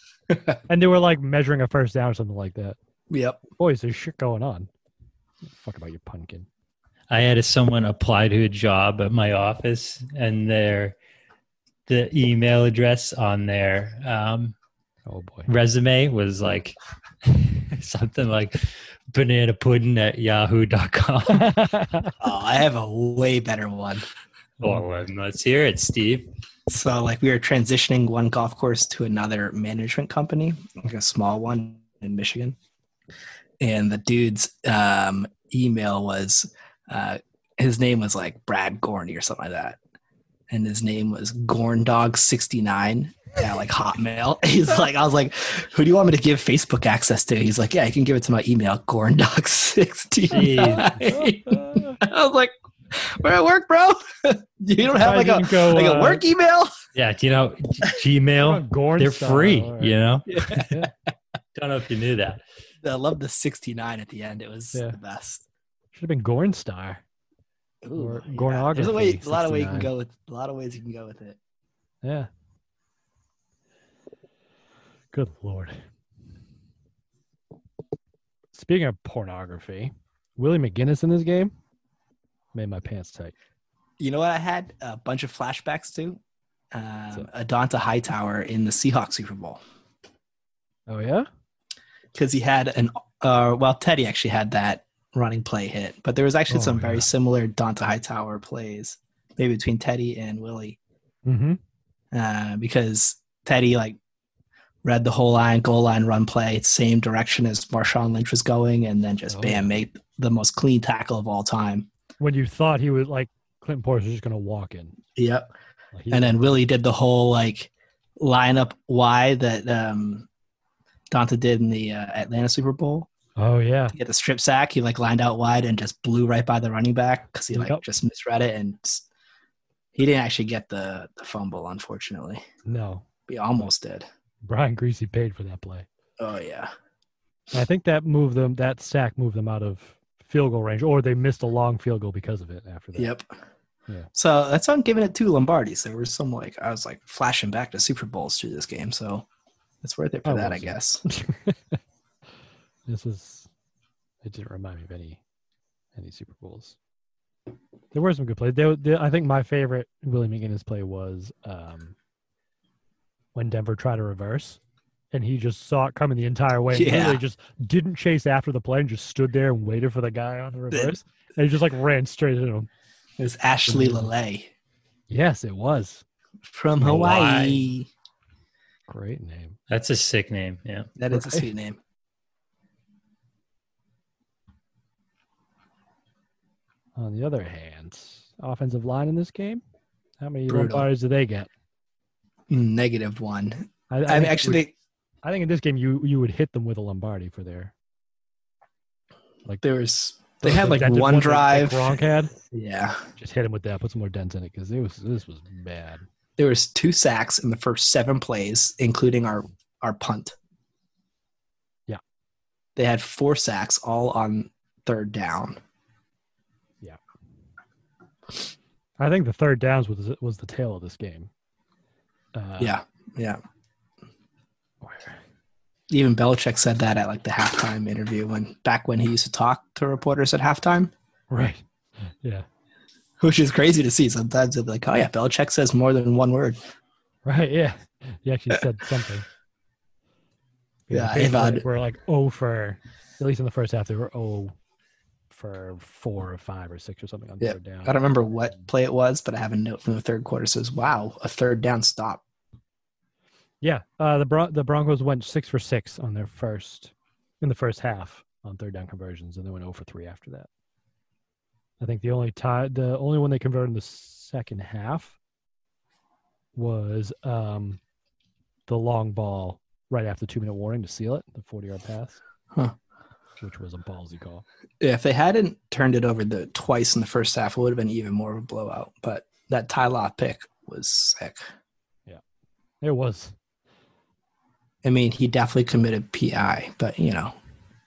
Speaker 2: and they were like measuring a first down or something like that.
Speaker 4: Yep.
Speaker 2: Boys, there's shit going on. Fuck about your pumpkin.
Speaker 3: I had someone apply to a job at my office, and their the email address on their um,
Speaker 2: Oh boy.
Speaker 3: resume was like something like banana pudding at yahoo.com.
Speaker 4: Oh, I have a way better one.
Speaker 3: well, um, let's hear it, Steve.
Speaker 4: So, like, we were transitioning one golf course to another management company, like a small one in Michigan. And the dude's um, email was uh, his name was like Brad Gorney or something like that. And his name was Gorndog69 at like Hotmail. He's like, I was like, who do you want me to give Facebook access to? He's like, yeah, you can give it to my email, Gorndog69. I was like, we're at work, bro. you don't have like a
Speaker 2: go,
Speaker 4: like a
Speaker 2: uh,
Speaker 4: work email.
Speaker 3: Yeah, do you know, G- Gmail,
Speaker 2: Gorn
Speaker 3: they're
Speaker 2: style
Speaker 3: free,
Speaker 2: or-
Speaker 3: you know?
Speaker 2: Yeah.
Speaker 3: Don't know if you knew that.
Speaker 4: I love the 69 at the end. It was
Speaker 2: Yeah.
Speaker 4: the best.
Speaker 2: Should have been Gorn Star. Or
Speaker 4: There's a, way,
Speaker 2: Gornography,
Speaker 4: a lot of way you can
Speaker 2: 69.
Speaker 4: go with a lot of ways you can go with it.
Speaker 2: Yeah. Good lord. Speaking of pornography, Willie McGinnis in this game made my pants tight.
Speaker 4: You know what I had a bunch of flashbacks to? Um, Adonta Hightower in the Seahawks Super Bowl
Speaker 2: Oh yeah?
Speaker 4: because he had an uh, well Teddy actually had that running play hit, but there was actually
Speaker 2: Oh,
Speaker 4: some very
Speaker 2: yeah.
Speaker 4: similar Donta Hightower plays maybe between Teddy and Willie
Speaker 2: Mm-hmm.
Speaker 4: uh, because Teddy like read the whole line goal line run play same direction as Marshawn Lynch was going, and then just
Speaker 2: Oh.
Speaker 4: bam made the most clean tackle of all time.
Speaker 2: When you thought he was like Clinton Portis was just gonna walk in.
Speaker 4: Yep.
Speaker 2: Like, he-
Speaker 4: and then Willie did the whole like lineup wide that um Donta did in the uh, Atlanta Super Bowl
Speaker 2: Oh yeah.
Speaker 4: to get the strip sack. He like lined out wide and just blew right by the running back because he like
Speaker 2: Yep.
Speaker 4: just misread it and s- he didn't actually get the, the fumble, unfortunately.
Speaker 2: No.
Speaker 4: He almost did.
Speaker 2: Brian Greasy paid for that play.
Speaker 4: Oh yeah,
Speaker 2: And I think that moved them that sack moved them out of field goal range, or they missed a long field goal because of it after that.
Speaker 4: yep.
Speaker 2: Yeah.
Speaker 4: So that's why I'm giving it to Lombardi. So there was some like I was like flashing back to Super Bowls through this game, so it's worth it for
Speaker 2: Oh,
Speaker 4: that, I
Speaker 2: awesome.
Speaker 4: guess.
Speaker 2: this is it didn't remind me of any any Super Bowls. There were some good plays. There, there, I think my favorite Willie McGinnis play was um, when Denver tried to reverse, and he just saw it coming the entire way. and
Speaker 4: Yeah.
Speaker 2: literally just didn't chase after the play and just stood there and waited for the guy on the
Speaker 4: The-
Speaker 2: reverse, and he just like ran straight into him.
Speaker 4: It was Ashley
Speaker 2: Mhm.
Speaker 4: Lele
Speaker 2: Yes, it was
Speaker 4: from
Speaker 3: Hawaii.
Speaker 4: Hawaii.
Speaker 2: great name.
Speaker 3: That's a sick name. Yeah.
Speaker 4: That is a
Speaker 2: Right.
Speaker 4: sweet name.
Speaker 2: On the other hand, offensive line in this game, how many
Speaker 4: Brutal.
Speaker 2: Lombardies do they get?
Speaker 4: Negative one.
Speaker 2: I,
Speaker 4: I mean,
Speaker 2: think
Speaker 4: actually, they,
Speaker 2: I think in this game you you would hit them with a Lombardi for their
Speaker 4: there was they
Speaker 2: those-
Speaker 4: had
Speaker 2: that-
Speaker 4: like
Speaker 2: that
Speaker 4: one
Speaker 2: that- that
Speaker 4: drive.
Speaker 2: Gronk had
Speaker 4: Yeah,
Speaker 2: just hit him with that. Put some more dents in it because it was this was bad.
Speaker 4: there was two sacks in the first seven plays, including our our punt.
Speaker 2: Yeah.
Speaker 4: they had four sacks, all on third down.
Speaker 2: I think the third downs was was the tail of this game. Uh,
Speaker 4: yeah, yeah. Even Belichick said that at like the halftime interview when back when he used to talk to reporters at halftime,
Speaker 2: right. Yeah,
Speaker 4: which is crazy to see. Sometimes they'll be like, "Oh yeah, Belichick says more than one word."
Speaker 2: right. Yeah, he actually said something.
Speaker 4: Yeah,
Speaker 2: they
Speaker 4: if I'd-
Speaker 2: we're like oh for at least in the first half they were oh for four or five or six or something on
Speaker 4: Yeah,
Speaker 2: third down.
Speaker 4: I don't remember what play it was, but I have a note from the third quarter says, "Wow, a third down stop."
Speaker 2: Yeah, uh, the Bron- the Broncos went six for six on their first in the first half on third down conversions, and they went zero for three after that. I think the only tie, the only one they converted in the second half was um, the long ball right after the two minute warning to seal it, the forty yard pass,
Speaker 4: Huh.
Speaker 2: which was a ballsy call.
Speaker 4: Yeah, If they hadn't turned it over the twice in the first half, it would have been even more of a blowout. But that Ty Law pick was sick.
Speaker 2: It was
Speaker 4: I mean, he definitely committed PI, but you know,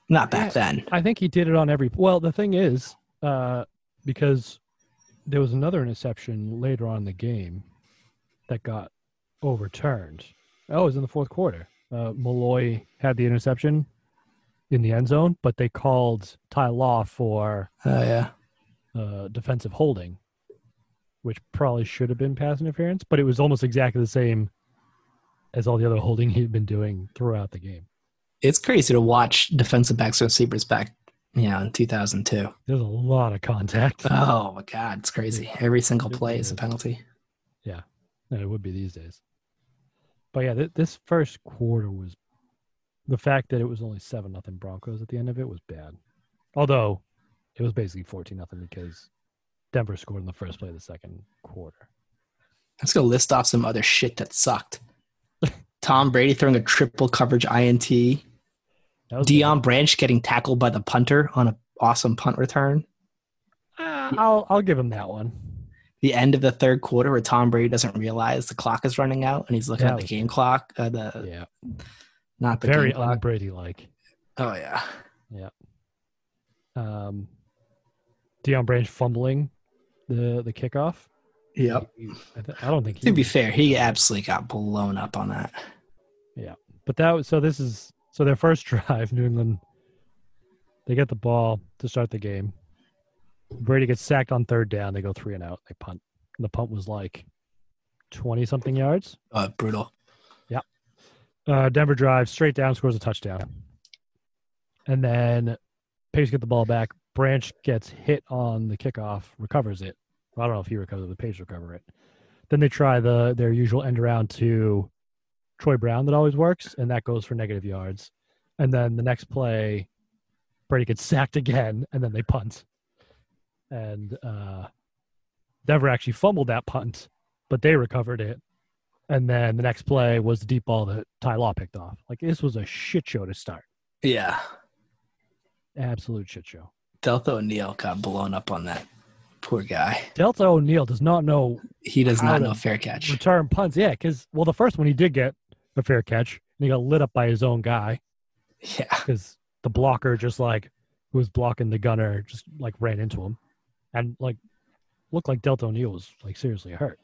Speaker 4: not back then.
Speaker 2: I think he did it on every. Well, the thing is, uh, because there was another interception later on in the game that got overturned. Oh, it was in the fourth quarter. Uh, Malloy had the interception in the end zone, but they called Ty Law for
Speaker 4: Oh yeah,
Speaker 2: uh, defensive holding, which probably should have been pass interference, but it was almost exactly the same as all the other holding he'd been doing throughout the game.
Speaker 4: it's crazy to watch defensive backs and receivers back. Yeah, in 2002.
Speaker 2: There's a lot of contact.
Speaker 4: Oh my God, it's crazy. Every single play is a penalty.
Speaker 2: than it would be these days. But yeah, th- this first quarter was the fact that it was only seven nothing Broncos at the end of it was bad. Although it was basically fourteen nothing because Denver scored in the first play of the second quarter.
Speaker 4: I'm just gonna list off some other shit that sucked. Tom Brady throwing a triple coverage INT.
Speaker 2: That was
Speaker 4: Dion Branch getting tackled by the punter on an awesome punt return.
Speaker 2: bad. Ah, I'll I'll give him that one.
Speaker 4: The end of the third quarter where Tom Brady doesn't realize the clock is running out and he's looking
Speaker 2: That
Speaker 4: at the
Speaker 2: was-
Speaker 4: game clock. Uh, the
Speaker 2: Yeah,
Speaker 4: not the
Speaker 2: very
Speaker 4: game
Speaker 2: un
Speaker 4: clock.
Speaker 2: Brady like.
Speaker 4: Oh yeah,
Speaker 2: Um, Dion Branch fumbling the the kickoff.
Speaker 4: yep.
Speaker 2: He- he- I, th- I don't think he.
Speaker 4: To be fair, he absolutely got blown up on that.
Speaker 2: But that was so. This is so their first drive. New England. They get the ball to start the game. Brady gets sacked on third down. They go three and out. They punt. And the punt was like twenty something yards.
Speaker 4: Uh, brutal.
Speaker 2: Uh, Denver drives straight down, scores a touchdown, and then Patriots get the ball back. Branch gets hit on the kickoff, recovers it. Well, I don't know if he recovers it, but Page recover it. Then they try the their usual end around to Troy Brown that always works, and that goes for negative yards. And then the next play, Brady gets sacked again, and then they punt. And uh, Denver actually fumbled that punt, but they recovered it. And then the next play was the deep ball that Ty Law picked off. Like this was a shit show to start.
Speaker 4: Yeah.
Speaker 2: Absolute shit show.
Speaker 4: Delta O'Neill got blown up on that. Poor guy.
Speaker 2: Delta O'Neill does not know
Speaker 4: He does
Speaker 2: How
Speaker 4: not
Speaker 2: to-
Speaker 4: know fair catch.
Speaker 2: return punts. Yeah, because well, the first one he did get a fair catch, and he got lit up by his own guy
Speaker 4: Yeah.
Speaker 2: because the blocker just like who was blocking the gunner just like ran into him, and like looked like Delta O'Neill was like seriously hurt.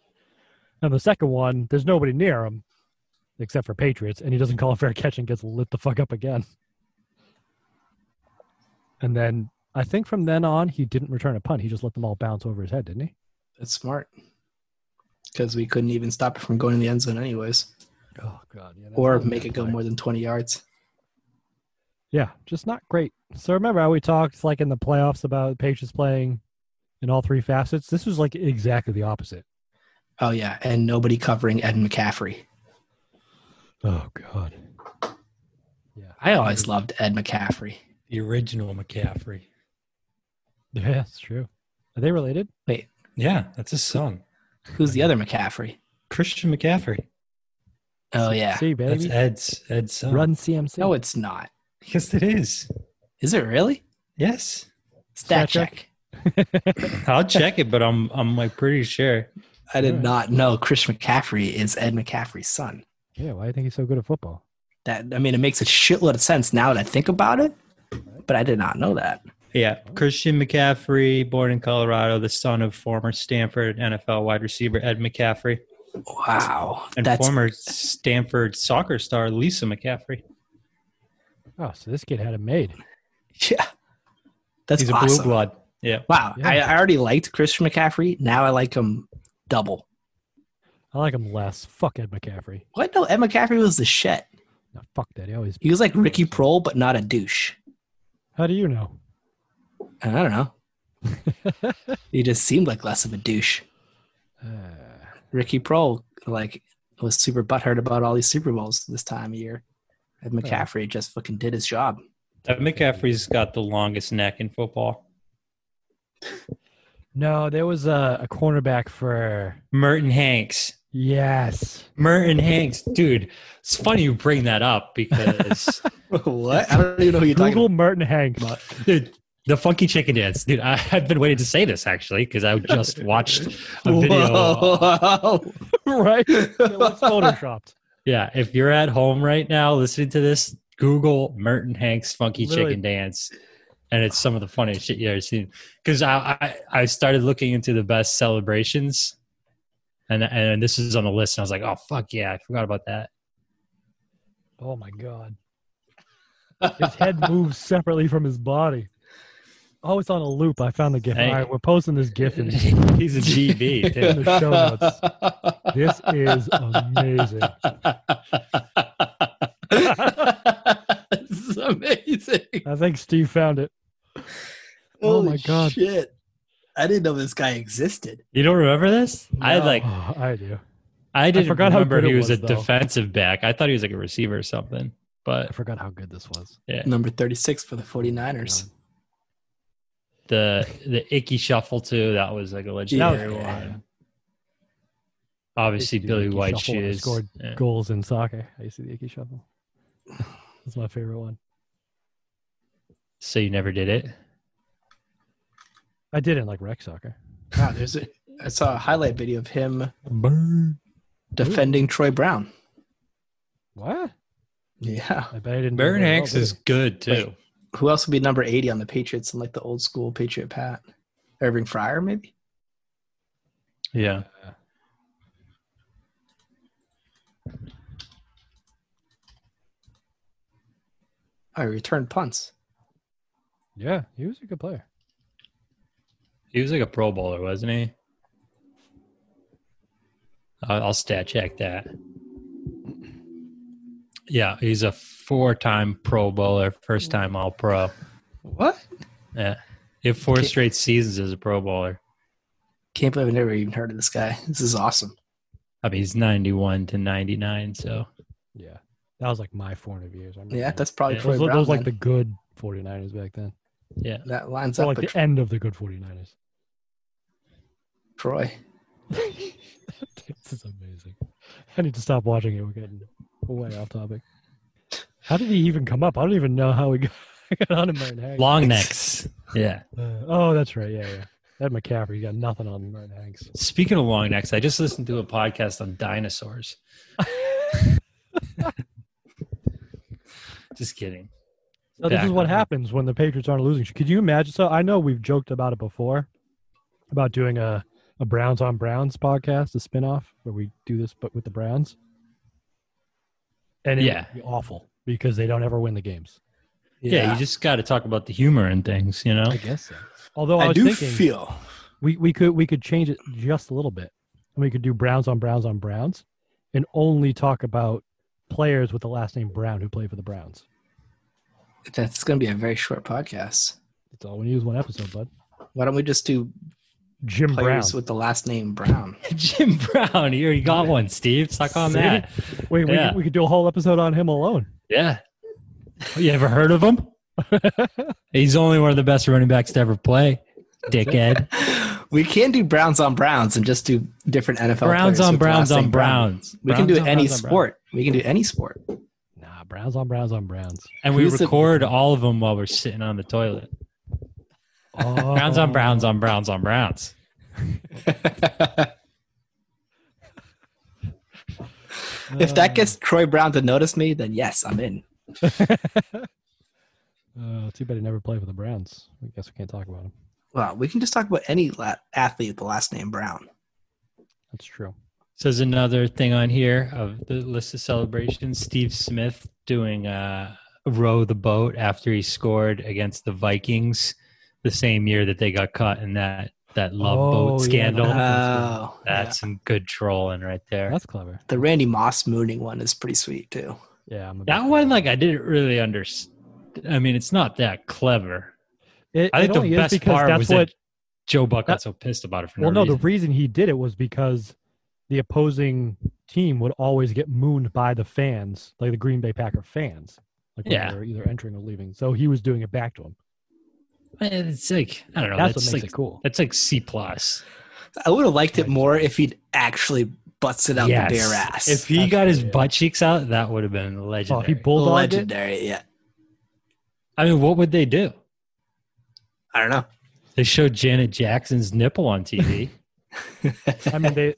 Speaker 2: And the second one, there's nobody near him except for Patriots, and he doesn't call a fair catch and gets lit the fuck up again. And then I think from then on, he didn't return a punt. He just let them all bounce over his head, didn't he?
Speaker 4: That's smart. Because we couldn't even stop it from going in the end zone, anyways,
Speaker 2: Oh god, yeah. that
Speaker 4: or
Speaker 2: was a
Speaker 4: make
Speaker 2: bad
Speaker 4: it go
Speaker 2: play.
Speaker 4: more than 20 yards.
Speaker 2: Yeah, just not great. So remember how we talked like in the playoffs about Patriots playing in all three facets? This was like exactly the opposite.
Speaker 4: Oh, yeah. And nobody covering Ed McCaffrey.
Speaker 2: Oh god. Yeah.
Speaker 4: I
Speaker 3: Mm-hmm.
Speaker 4: always loved Ed McCaffrey.
Speaker 3: The original McCaffrey.
Speaker 2: Yeah, that's true. Are they related?
Speaker 3: Yeah, that's his son,
Speaker 4: Who's the other McCaffrey?
Speaker 3: Christian McCaffrey.
Speaker 4: Oh, yeah.
Speaker 2: See,
Speaker 3: That's
Speaker 2: baby.
Speaker 3: Ed's Ed's son.
Speaker 2: Run CMC.
Speaker 4: No, it's not.
Speaker 3: Yes, it is.
Speaker 4: Is it really?
Speaker 3: Yes,
Speaker 2: Stat
Speaker 4: Stat
Speaker 2: check.
Speaker 4: check.
Speaker 3: I'll check it, but I'm I'm like pretty sure.
Speaker 4: I did
Speaker 2: Alright.
Speaker 4: not know Chris McCaffrey is Ed McCaffrey's son.
Speaker 2: yeah, why do you think he's so good at football?
Speaker 4: That I mean, it makes a shitload of sense now that I think about it, but I did not know that.
Speaker 3: Yeah, Christian McCaffrey, born in Colorado, the son of former Stanford NFL wide receiver Ed McCaffrey
Speaker 4: Wow,
Speaker 3: and
Speaker 4: that's
Speaker 3: former Stanford soccer star Lisa McCaffrey.
Speaker 2: Oh, so this kid had it made.
Speaker 4: yeah, that's
Speaker 3: He's a
Speaker 4: awesome.
Speaker 3: blue blood. Yeah.
Speaker 4: Wow,
Speaker 2: Yeah.
Speaker 4: I, I already liked Chris McCaffrey. Now I like him double.
Speaker 2: I like him less. Fuck Ed McCaffrey.
Speaker 4: What? No, Ed McCaffrey was the shit.
Speaker 2: No, fuck that. He always
Speaker 4: He was like Ricky Prohl, but not a douche.
Speaker 2: How do you know?
Speaker 4: I don't know. he just seemed like less of a douche.
Speaker 2: Uh,
Speaker 4: Ricky Prohl like was super butthurt about all these Super Bowls this time of year. Ed McCaffrey just fucking did his job.
Speaker 3: Ed McCaffrey's got the longest neck in football.
Speaker 2: no, there was a, a cornerback for
Speaker 3: Merton Hanks.
Speaker 2: Yes.
Speaker 3: Merton Hanks, dude. It's funny you bring that up because
Speaker 4: what? I don't even know who you're
Speaker 2: Google Merton Hanks.
Speaker 3: dude, the funky chicken dance, dude. I, I've been waiting to say this actually because I just watched a video.
Speaker 4: Whoa.
Speaker 2: right? It looks photoshopped.
Speaker 3: Yeah, if you're at home right now listening to this, Google Merton Hanks funky
Speaker 2: Literally.
Speaker 3: chicken dance, and it's some of the funniest shit you ever seen. Because I, I I started looking into the best celebrations, and and this is on the list, and I was like, oh fuck yeah, I forgot about that.
Speaker 2: Oh my god. His head moves separately from his body. Oh, it's on a loop. I found the gif.
Speaker 3: Hey.
Speaker 2: All right, we're posting this gif in, in
Speaker 3: He's a GB. Dude.
Speaker 2: the show notes. This is amazing.
Speaker 4: this is amazing.
Speaker 2: I think Steve found it. Oh my
Speaker 4: Holy
Speaker 2: God.
Speaker 4: Shit. I didn't know this guy existed.
Speaker 3: You don't remember this? I
Speaker 4: No.
Speaker 3: like
Speaker 2: Oh, I do.
Speaker 3: I didn't
Speaker 2: forgot how
Speaker 3: remember
Speaker 2: good
Speaker 3: he
Speaker 2: it
Speaker 3: was,
Speaker 2: was,
Speaker 3: a
Speaker 2: though.
Speaker 3: defensive back. I thought he was like a receiver or something.
Speaker 2: I
Speaker 3: But
Speaker 2: forgot how good this was.
Speaker 3: yeah,
Speaker 4: Number 36 for the 49ers.
Speaker 3: the the icky shuffle too. That was like a legendary
Speaker 4: Yeah.
Speaker 3: one. Obviously,
Speaker 2: Used to do
Speaker 3: Billy
Speaker 2: Icky
Speaker 3: White
Speaker 2: Shuffle when I
Speaker 3: shoes.
Speaker 2: scored
Speaker 3: Yeah.
Speaker 2: Goals in soccer. I used to the Icky Shuffle. That's my favorite one.
Speaker 3: So you never did it.
Speaker 2: I did it in like rec soccer.
Speaker 4: Wow, there's a, I saw a highlight video of him
Speaker 2: Burn.
Speaker 4: defending Troy Brown.
Speaker 2: What?
Speaker 4: Yeah.
Speaker 2: I bet I didn't. do
Speaker 3: Baron
Speaker 2: very well,
Speaker 3: Hanks
Speaker 2: did
Speaker 3: is
Speaker 2: I?
Speaker 3: good too.
Speaker 4: Who else would be number 80 on the Patriots and like the old school Patriot Pat? Irving Fryer, maybe?
Speaker 3: Yeah.
Speaker 4: I Oh, returned punts.
Speaker 2: Yeah, he was a good player.
Speaker 3: He was like a Pro Bowler, wasn't he? I'll, I'll stat check that. Yeah, he's a four-time Pro Bowler, first-time All-Pro.
Speaker 4: What?
Speaker 3: Yeah, he had four
Speaker 4: Okay.
Speaker 3: straight seasons as a Pro Bowler.
Speaker 4: Can't believe I've never even heard of this guy. This is awesome.
Speaker 3: I mean, he's ninety-one to ninety-nine, so
Speaker 2: Yeah. That was like my formative years. I remember
Speaker 4: Yeah,
Speaker 2: that.
Speaker 4: that's probably
Speaker 3: Yeah.
Speaker 4: Troy
Speaker 2: those,
Speaker 4: Brown.
Speaker 2: those like the
Speaker 4: then.
Speaker 2: good 49ers back then.
Speaker 3: yeah.
Speaker 4: that lines
Speaker 2: Or
Speaker 4: up
Speaker 2: like
Speaker 4: with
Speaker 2: the end of the good 49ers.
Speaker 4: Troy.
Speaker 2: this is amazing. I need to stop watching it. We're getting way off topic. How did he even come up? I don't even know how we got, got on him right now.
Speaker 3: Long necks. Yeah.
Speaker 2: Uh, oh, that's right. Yeah, yeah. Ed McCaffrey, he got nothing on Martin Hanks.
Speaker 3: Speaking of long necks, I just listened to a podcast on dinosaurs. just kidding.
Speaker 2: So this
Speaker 3: Back
Speaker 2: is what
Speaker 3: on.
Speaker 2: happens when the Patriots aren't losing. Could you imagine? So I know we've joked about it before, about doing a, a Browns on Browns podcast, a spinoff where we do this, but with the Browns. And it
Speaker 3: Yeah.
Speaker 2: would be awful because they don't ever win the games.
Speaker 3: Yeah, you just got to talk about the humor and things, you know.
Speaker 2: guess so. Although I,
Speaker 4: I
Speaker 2: was
Speaker 4: do
Speaker 2: thinking
Speaker 4: feel.
Speaker 2: we, we could we could change it just a little bit, and we could do Browns on Browns on Browns, and only talk about players with the last name Brown who play for the Browns.
Speaker 4: That's going to be a very short podcast.
Speaker 2: It's all we need is one episode, bud.
Speaker 4: Why don't we just do
Speaker 2: Jim Brown.
Speaker 4: players with the last name Brown?
Speaker 3: Jim Brown, here you got one, Steve. Suck on
Speaker 2: See?
Speaker 3: that.
Speaker 2: Wait, we,
Speaker 3: Yeah.
Speaker 2: could, we could do a whole episode on him alone.
Speaker 3: Yeah. You ever heard of him? He's only one of the best running backs to ever play. Dickhead.
Speaker 4: we can do Browns on Browns and just do different
Speaker 3: Browns
Speaker 4: NFL players
Speaker 3: on
Speaker 4: with the last
Speaker 3: Browns on
Speaker 4: name Brown.
Speaker 3: Browns.
Speaker 4: We can
Speaker 3: Browns
Speaker 4: do
Speaker 3: on
Speaker 4: any
Speaker 3: Browns on Browns.
Speaker 4: sport. We can do any sport.
Speaker 2: Nah, Browns on Browns on Browns.
Speaker 3: And we
Speaker 4: Who's the-
Speaker 3: record all of them while we're sitting on the toilet.
Speaker 2: Oh,
Speaker 3: Browns on Browns on Browns on Browns.
Speaker 4: if that gets Troy Brown to notice me, then yes, I'm in.
Speaker 2: Uh, too bad he never played for the Browns. I guess we can't talk about him.
Speaker 4: Well, we can just talk about any la- athlete with the last name Brown.
Speaker 2: That's true.
Speaker 3: So there's another thing on here of the list of celebrations. Steve Smith doing uh, row the boat after he scored against the Vikings the same year that they got caught in that that love
Speaker 2: Oh,
Speaker 3: boat
Speaker 2: yeah.
Speaker 3: scandal.
Speaker 2: Uh,
Speaker 4: Oh,
Speaker 3: That's
Speaker 4: yeah.
Speaker 3: some good trolling right there.
Speaker 2: That's clever.
Speaker 4: the Randy Moss mooning one is pretty sweet too.
Speaker 2: Yeah, I'm a
Speaker 3: that
Speaker 2: big-
Speaker 3: one, like, I didn't really understand. I mean, it's not that clever.
Speaker 2: It,
Speaker 3: I
Speaker 2: it
Speaker 3: think the
Speaker 2: only is
Speaker 3: best
Speaker 2: because
Speaker 3: part
Speaker 2: that's
Speaker 3: was
Speaker 2: what.
Speaker 3: that Joe Buck got
Speaker 2: that-
Speaker 3: so pissed about it for
Speaker 2: well,
Speaker 3: no,
Speaker 2: no, the
Speaker 3: reason.
Speaker 2: reason he did it was because the opposing team would always get mooned by the fans, like the Green Bay Packer fans, like when
Speaker 3: Yeah.
Speaker 2: they were either entering or leaving. So he was doing it back to him.
Speaker 3: it's like I don't know.
Speaker 2: that's
Speaker 3: That's,
Speaker 2: what makes
Speaker 3: like
Speaker 2: it cool.
Speaker 3: that's like C plus.
Speaker 4: I would have liked it more if he'd actually busted out the bare ass.
Speaker 3: If he got his
Speaker 2: Absolutely, yeah.
Speaker 3: butt cheeks out, that would have been
Speaker 2: Oh,
Speaker 3: legendary.
Speaker 2: he bulldogged it.
Speaker 4: legendary, yeah.
Speaker 3: I mean, what would they do?
Speaker 4: I don't know.
Speaker 3: They showed Janet Jackson's nipple on TV.
Speaker 2: I mean, they,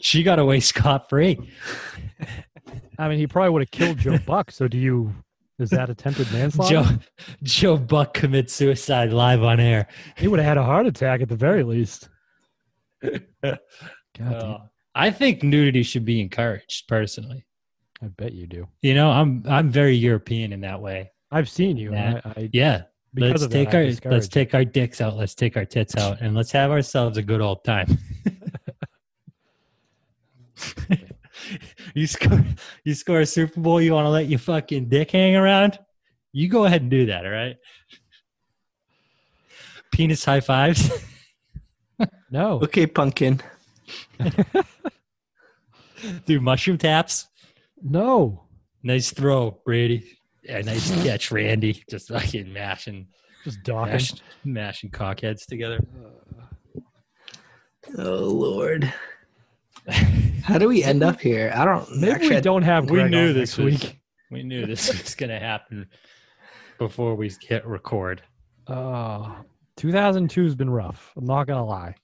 Speaker 3: she got away scot free.
Speaker 2: I mean, he probably would have killed Joe Buck. So do you? Is that attempted manslaughter?
Speaker 3: Joe Joe Buck commits suicide live on air.
Speaker 2: He would have had a heart attack at the very least. God, damn,
Speaker 3: Uh, I think nudity should be encouraged personally.
Speaker 2: I bet you do.
Speaker 3: You know, I'm I'm very European in that way.
Speaker 2: I've seen you. and I, I,
Speaker 3: Yeah,
Speaker 2: because
Speaker 3: let's
Speaker 2: of
Speaker 3: take
Speaker 2: that, I
Speaker 3: our let's
Speaker 2: discouraged
Speaker 3: take our dicks out, let's take our tits out, and let's have ourselves a good old time. you score you score a Super Bowl, you want to let your fucking dick hang around? You go ahead and do that, all right? Penis high fives.
Speaker 2: it. No,
Speaker 4: Okay, pumpkin.
Speaker 3: Do mushroom taps.
Speaker 2: no.
Speaker 3: Nice throw, Brady. Yeah, nice catch, Randy. Just fucking mashing,
Speaker 2: Just docking.
Speaker 3: mashing, mashing cockheads together.
Speaker 4: Oh Lord. How do we end up here? I don't
Speaker 2: Maybe
Speaker 4: actually,
Speaker 2: we
Speaker 4: I-
Speaker 2: don't have.
Speaker 3: we
Speaker 2: Greg
Speaker 3: knew
Speaker 2: on
Speaker 3: this
Speaker 2: next
Speaker 3: was-
Speaker 2: week.
Speaker 3: We knew this was going to happen before we hit record.
Speaker 2: Oh, 2002 has been rough. I'm not gonna lie.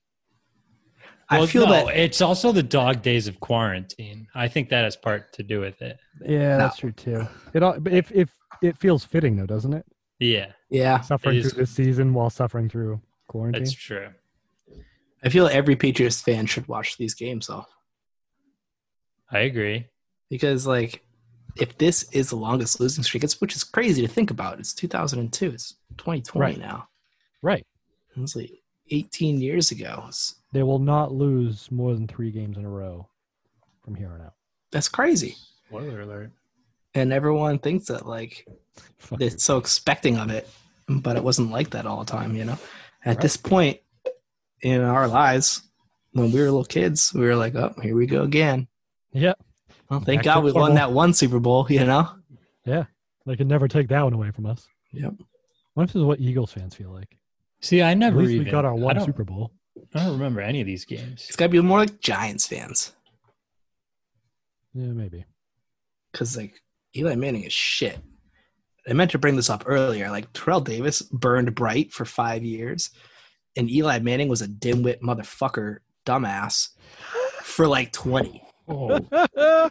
Speaker 4: I
Speaker 3: Well,
Speaker 4: feel
Speaker 3: no,
Speaker 4: that
Speaker 3: it's also the dog days of quarantine. I think that has part to do with it.
Speaker 2: Yeah, that's true too. It all, but if if it feels fitting though, doesn't it?
Speaker 3: Yeah,
Speaker 4: yeah.
Speaker 2: Suffering
Speaker 3: It is-
Speaker 2: through this season while suffering through quarantine.
Speaker 3: that's true.
Speaker 4: I feel every Patriots fan should watch these games though.
Speaker 3: I agree.
Speaker 4: Because like if this is the longest losing streak, it's, which is crazy to think about. It's 2002. It's 2020
Speaker 2: Right.
Speaker 4: now.
Speaker 2: Right.
Speaker 4: It was like 18 years ago. It's-
Speaker 2: They will not lose more than three games in a row from here on out.
Speaker 4: that's crazy.
Speaker 3: Spoiler alert.
Speaker 4: And everyone thinks that like
Speaker 2: Fuck
Speaker 4: they're so expecting of it, but it wasn't like that all the time, you know. At this point in our lives, when we were little kids, we were like, "Oh, here we go again."
Speaker 2: you. Yeah.
Speaker 4: Well, thank
Speaker 2: Back to
Speaker 4: God we won
Speaker 2: normal.
Speaker 4: that one Super Bowl, you know.
Speaker 2: They can never take that one away from us.
Speaker 4: Yep.
Speaker 2: What if this is what Eagles fans feel like?
Speaker 3: See, I
Speaker 2: At
Speaker 3: never
Speaker 2: least
Speaker 3: even.
Speaker 2: we got our
Speaker 3: I
Speaker 2: one
Speaker 3: don't,
Speaker 2: Super Bowl.
Speaker 3: I don't remember any of these games.
Speaker 4: It's got to be more like Giants fans
Speaker 2: Yeah, maybe.
Speaker 4: because like Eli Manning is shit. I meant to bring this up earlier. Like Terrell Davis burned bright for five years, and Eli Manning was a dimwit motherfucker, dumbass, for like twenty.
Speaker 3: Oh,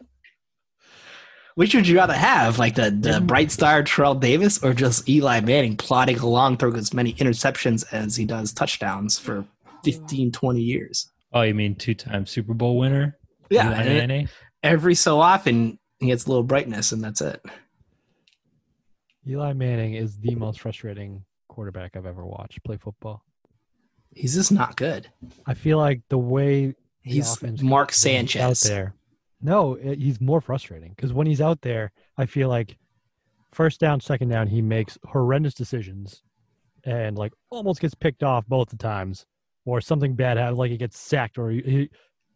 Speaker 4: Which would you rather have, like the, the
Speaker 2: Mm.
Speaker 4: bright star Terrell Davis or just Eli Manning plodding along through as many interceptions as he does touchdowns for 15, 20 years?
Speaker 3: oh you mean two-time Super Bowl winner?
Speaker 4: Yeah.
Speaker 3: Eli
Speaker 4: and it-
Speaker 3: Manning?
Speaker 4: every so often, he gets a little brightness and that's it.
Speaker 2: Eli Manning is the most frustrating quarterback I've ever watched play football.
Speaker 4: He's just not good.
Speaker 2: I feel like the way the
Speaker 4: He's
Speaker 2: offense
Speaker 4: Mark
Speaker 2: goes when he's
Speaker 4: Sanchez.
Speaker 2: out there. No, it, he's more frustrating because when he's out there, I feel like first down, second down, he makes horrendous decisions and like almost gets picked off both the times, or something bad happens, like he gets sacked or he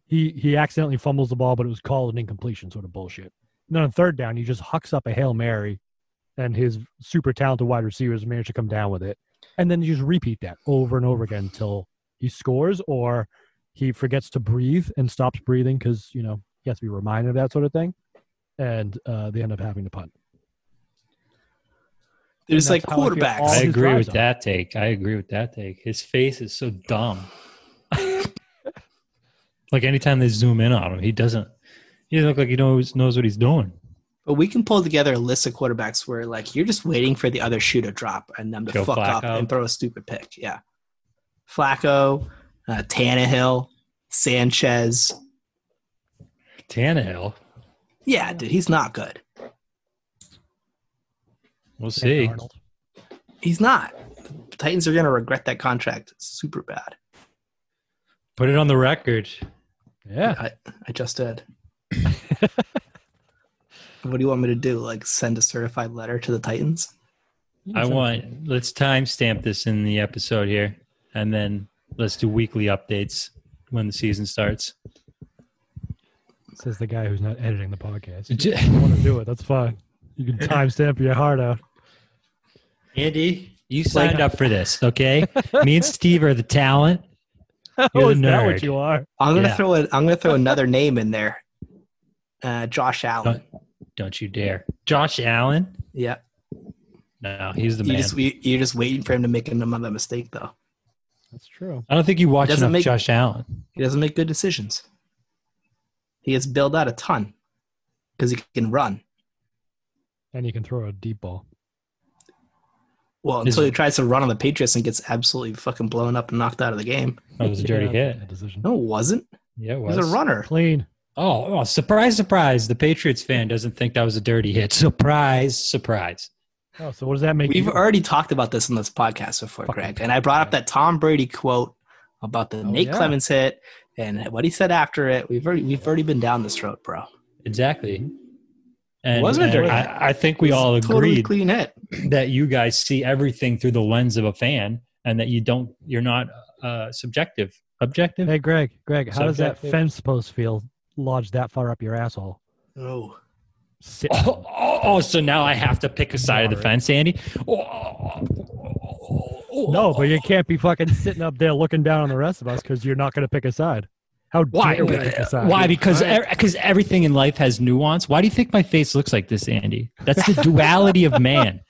Speaker 2: he he accidentally fumbles the ball, but it was called an incompletion, sort of bullshit. And then on third down, he just hucks up a hail mary, and his super talented wide receivers manage to come down with it, and then you just repeat that over and over again until he scores or he forgets to breathe and stops breathing because you know he has to be reminded of that sort of thing, and uh, they end up having to punt.
Speaker 4: There's
Speaker 2: And
Speaker 4: like
Speaker 2: that's how I feel all
Speaker 3: I
Speaker 4: quarterbacks.
Speaker 2: his
Speaker 3: agree
Speaker 2: drives
Speaker 3: with
Speaker 2: are.
Speaker 3: that take. I agree with that take. His face is so dumb. like anytime they zoom in on him, he doesn't. He doesn't look like he knows knows what he's doing.
Speaker 4: But we can pull together a list of quarterbacks where like you're just waiting for the other shoe to drop and them to
Speaker 3: Joe
Speaker 4: fuck up
Speaker 3: Flacco.
Speaker 4: and throw a stupid pick. Yeah. Flacco, uh, Tannehill, Sanchez.
Speaker 3: Tannehill,
Speaker 4: Yeah, dude, he's not good.
Speaker 3: we'll see.
Speaker 2: Arnold.
Speaker 4: He's not. The Titans are going to regret that contract super bad.
Speaker 3: Put it on the record.
Speaker 2: Yeah.
Speaker 4: I, I just did. what do you want me to do? Like send a certified letter to the Titans?
Speaker 3: I want. Let's timestamp this in the episode here, and then let's do weekly updates when the season starts.
Speaker 2: says the guy who's not editing the podcast. If
Speaker 3: J-
Speaker 2: you want to do it? That's fine. You can timestamp your heart out.
Speaker 3: Andy, you signed up for this, okay? Me and Steve are the talent.
Speaker 2: oh,
Speaker 3: You're the
Speaker 2: is that
Speaker 3: nerd.
Speaker 2: what you are?
Speaker 4: I'm gonna
Speaker 3: Yeah.
Speaker 4: throw it. I'm gonna throw another name in there. Uh, Josh Allen.
Speaker 3: Don't you dare, Josh Allen.
Speaker 4: Yeah,
Speaker 3: No, he's the
Speaker 4: you
Speaker 3: man.
Speaker 4: just you, you're just waiting for him to make another mistake though.
Speaker 2: That's true.
Speaker 3: I don't think you watch
Speaker 4: Doesn't
Speaker 3: enough
Speaker 4: make-
Speaker 3: Josh Allen.
Speaker 4: He doesn't make good decisions. He gets billed out a ton because he can run.
Speaker 2: And you can throw a deep ball.
Speaker 4: Well,
Speaker 3: Is-
Speaker 4: until he tries to run on the Patriots and gets absolutely fucking blown up and knocked out of the game.
Speaker 3: That was a dirty
Speaker 2: Yeah,
Speaker 3: hit.
Speaker 2: that decision.
Speaker 4: No, it wasn't.
Speaker 3: Yeah, it
Speaker 4: He
Speaker 3: was.
Speaker 4: was a runner.
Speaker 2: Clean.
Speaker 3: Oh, oh, surprise, surprise. The Patriots fan doesn't think that was a dirty hit. Surprise, surprise.
Speaker 2: Oh, so what does that make?
Speaker 4: We've
Speaker 2: you?
Speaker 4: already talked about this in this podcast before,
Speaker 2: Fucking
Speaker 4: Greg. And I brought up that Tom Brady quote about
Speaker 3: Oh,
Speaker 4: the Nate
Speaker 2: yeah.
Speaker 4: Clemens hit and what he said after it. We've already we've already been down this road, bro.
Speaker 3: Exactly. And,
Speaker 4: Wasn't a
Speaker 3: and
Speaker 4: dirty hit.
Speaker 3: I, I think we all
Speaker 4: It's a totally
Speaker 3: agreed
Speaker 4: clean hit.
Speaker 3: that you guys see everything through the lens of a fan and that you don't, you're not uh, subjective. Objective?
Speaker 2: hey, Greg. Greg, how does that
Speaker 3: Subjective.
Speaker 2: fence post feel lodged that far up your asshole?
Speaker 4: Oh,
Speaker 2: Sit.
Speaker 3: Oh, oh, oh, so now I have to pick a side of the
Speaker 2: Moderate.
Speaker 3: fence, Andy? Oh, oh, oh, oh,
Speaker 2: No, but
Speaker 3: oh.
Speaker 2: you can't be fucking sitting up there looking down on the rest of us because you're not going to pick a side. How
Speaker 3: Why?
Speaker 2: dare we pick a side?
Speaker 3: Why? Because
Speaker 4: Right.
Speaker 3: because everything in life has nuance. Why do you think my face looks like this, Andy? That's the duality of man.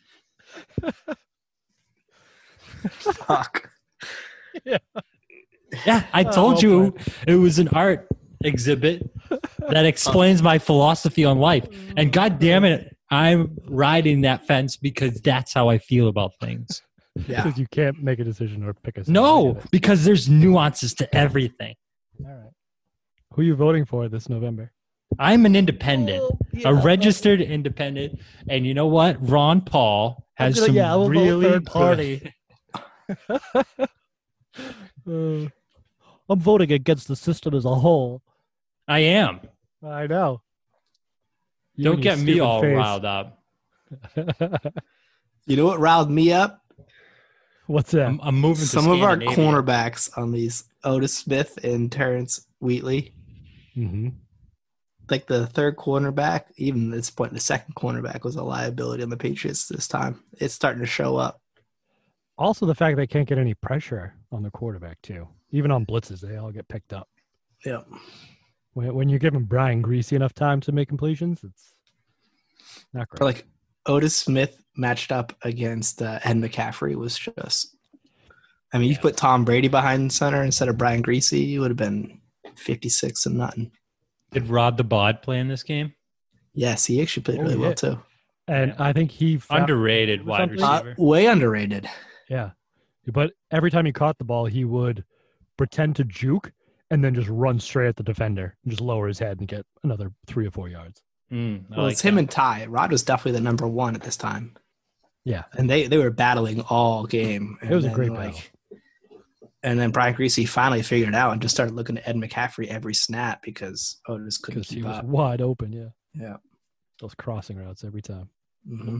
Speaker 4: fuck.
Speaker 3: Yeah, I
Speaker 2: Oh,
Speaker 3: told
Speaker 2: well
Speaker 3: you it was an art exhibit that explains my philosophy on life.
Speaker 5: Mm.
Speaker 3: And god damn it, I'm riding that fence because that's how I feel about things.
Speaker 4: Yeah.
Speaker 2: Because you can't make a decision or pick a side. I
Speaker 3: No,
Speaker 2: get it.
Speaker 3: because there's nuances to everything.
Speaker 2: Who are you voting for this November?
Speaker 3: I'm an independent,
Speaker 5: Oh, yeah,
Speaker 3: a
Speaker 5: okay.
Speaker 3: registered independent, and you know what? Ron Paul
Speaker 5: I'm
Speaker 3: has
Speaker 5: gonna-
Speaker 3: some
Speaker 5: yeah, I will vote
Speaker 3: really
Speaker 5: third
Speaker 3: good-
Speaker 5: party. Uh, I'm voting against the system as a whole.
Speaker 3: I am.
Speaker 2: I know. You
Speaker 3: Don't
Speaker 2: and your
Speaker 3: get me
Speaker 2: stupid
Speaker 3: all
Speaker 2: face.
Speaker 3: riled up.
Speaker 4: You know what riled me up?
Speaker 2: What's that?
Speaker 3: I'm, I'm moving.
Speaker 4: Some
Speaker 3: to
Speaker 4: of our
Speaker 3: Scandinavia.
Speaker 4: cornerbacks on these Otis Smith and Terrence Wheatley.
Speaker 2: Mm-hmm.
Speaker 4: Like the third cornerback, even at this point, the second cornerback was a liability on the Patriots this time. It's starting to show up.
Speaker 2: Also, the fact they can't get any pressure on the quarterback too. Even on blitzes, they all get picked up.
Speaker 4: Yep.
Speaker 2: When, when you're giving Brian Greasy enough time to make completions, it's not great.
Speaker 4: But like Otis Smith matched up against uh, Ed McCaffrey was just. I mean, you put Tom Brady behind center instead of Brian Greasy, it would have been 56 and nothing.
Speaker 3: Did Rod the Bod play in this game?
Speaker 4: Yes, he actually played
Speaker 2: Oh,
Speaker 4: really
Speaker 2: yeah.
Speaker 4: well too.
Speaker 2: and I think he found,
Speaker 3: Underrated
Speaker 2: or
Speaker 3: wide
Speaker 2: something.
Speaker 4: Uh,
Speaker 3: receiver.
Speaker 4: way underrated.
Speaker 2: Yeah. But every time he caught the ball, he would pretend to juke and then just run straight at the defender and just lower his head and get another three or four yards.
Speaker 3: Mm, I
Speaker 4: Well,
Speaker 3: like
Speaker 4: it's him
Speaker 3: that.
Speaker 4: and Ty. Rod was definitely the number one at this time.
Speaker 2: Yeah.
Speaker 4: and they they were battling all game.
Speaker 2: It was a
Speaker 4: And
Speaker 2: great
Speaker 4: then,
Speaker 2: battle.
Speaker 4: And then Brian Greasy finally figured it out and just started looking at Ed McCaffrey every snap because Otis couldn't
Speaker 2: Because he
Speaker 4: keep
Speaker 2: was
Speaker 4: up.
Speaker 2: wide open. Yeah.
Speaker 4: Yeah.
Speaker 2: Those crossing routes every time.
Speaker 4: hmm